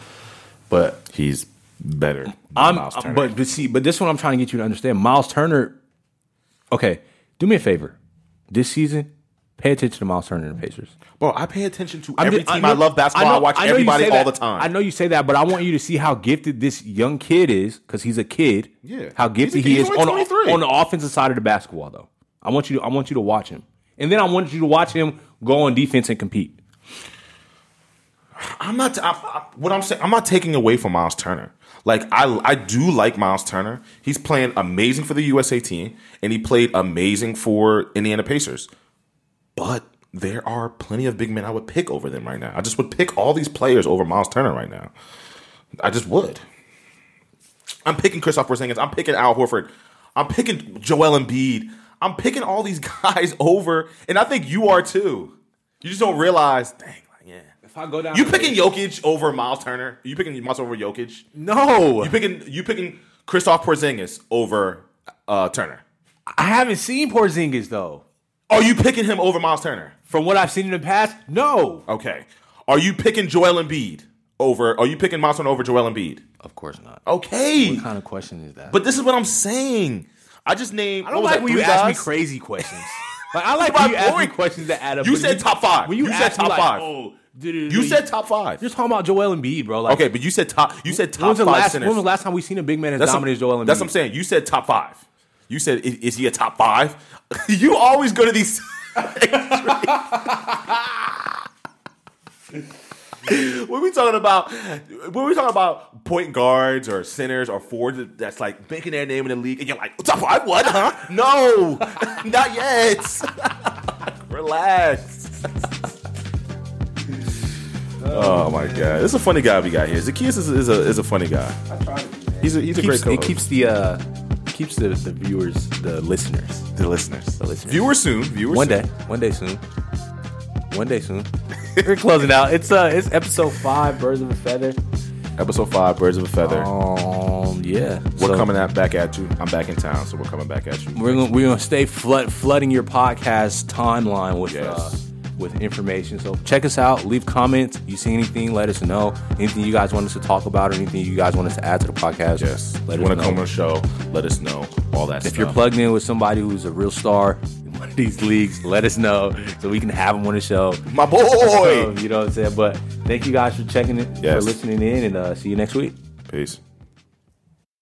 But
He's better. Than
I'm,
Miles Turner.
but but see, but this one I'm trying to get you to understand. Miles Turner. Okay, do me a favor. This season, pay attention to Miles Turner and the Pacers.
bro, I pay attention to
I'm
every
just-
team. I,
know-
love basketball. I,
know-
watch
know you
everybody
say
all the
that.
time.
I know you say that, but I want you to see how gifted this young kid is because he's a kid.
Yeah.
how
He's a- he's
gifted he is
only
on the,
23.
on the offensive side of the basketball, though. I want you to I want you to watch him, and then I want you to watch him go on defense and compete.
I'm not. I'm, I'm, what I'm saying, I'm not taking away from Miles Turner. Like I, I do like Miles Turner. He's playing amazing for the USA team, and he played amazing for Indiana Pacers. But there are plenty of big men I would pick over them right now. I just would pick all these players over Miles Turner right now. I just would. I'm picking Christoph Porzingis. I'm picking Al Horford. I'm picking Joel Embiid. I'm picking all these guys over, and I think you are too. You just don't realize. Dang, like, yeah.
If I go down,
You picking Jokic over Miles Turner? You picking Miles over Jokic?
no?
You picking you picking Christoph Porzingis over uh, Turner?
I haven't seen Porzingis though.
Are you picking him over Miles Turner?
From what I've seen in the past, no.
Okay. Are you picking Joel Embiid over? Are you picking Miles Turner over Joel Embiid?
Of course not.
Okay.
kind of question is that? But
But this is what I'm saying. I just named.
I don't like when you ask me crazy questions. like I like
My
when you ask me
point.
questions that add up.
You
but
said top five.
When you,
You said
ask me,
top
like,
five.
oh, dude,
You said top five.
you're talking about Joel Embiid, bro. Like,
Okay, but you said top. You said
When
top
was, the
five
last,
centers.
when was the last time we seen a big man as
That's
dominant
what-
as Joel Embiid?
That's what I'm saying. You said top five. You said is, is he a top five? you always go to these. when we talking about when we talking about point guards or centers or forwards that's like making their name in the league, and you're like top five, what? Huh? No, not yet. Relax. Oh my god, it's a funny guy we got here. Zacchaeus is, is a is a funny guy. He's a he's a
keeps,
great
it
co-host.
keeps the uh, keeps the, the viewers, the listeners,
the listeners.
the listeners.
Viewer soon. Viewer
one
soon.
day, one day soon, one day soon. We're closing out. It's uh, it's episode five, Birds of a Feather.
Episode five, Birds of a Feather.
Um, yeah,
we're
So
coming at, back at you. I'm back in town, so we're coming back at you.
We're gonna we're gonna stay flood, flooding your podcast timeline with
Yes.
uh, with information. So check us out. Leave comments. You see anything? Let us know. Anything you guys want us to talk about, or anything you guys want us to add to the podcast?
Yes.
let
you want
us know.
to come on the show? Let us know all that
If
stuff.
you're plugged in with somebody who's a real star in one of these leagues, let us know so we can have them on the show.
my boy.
So, you know what I'm saying? But thank you guys for checking it, for
Yes.
listening in, and uh, see you next week.
Peace.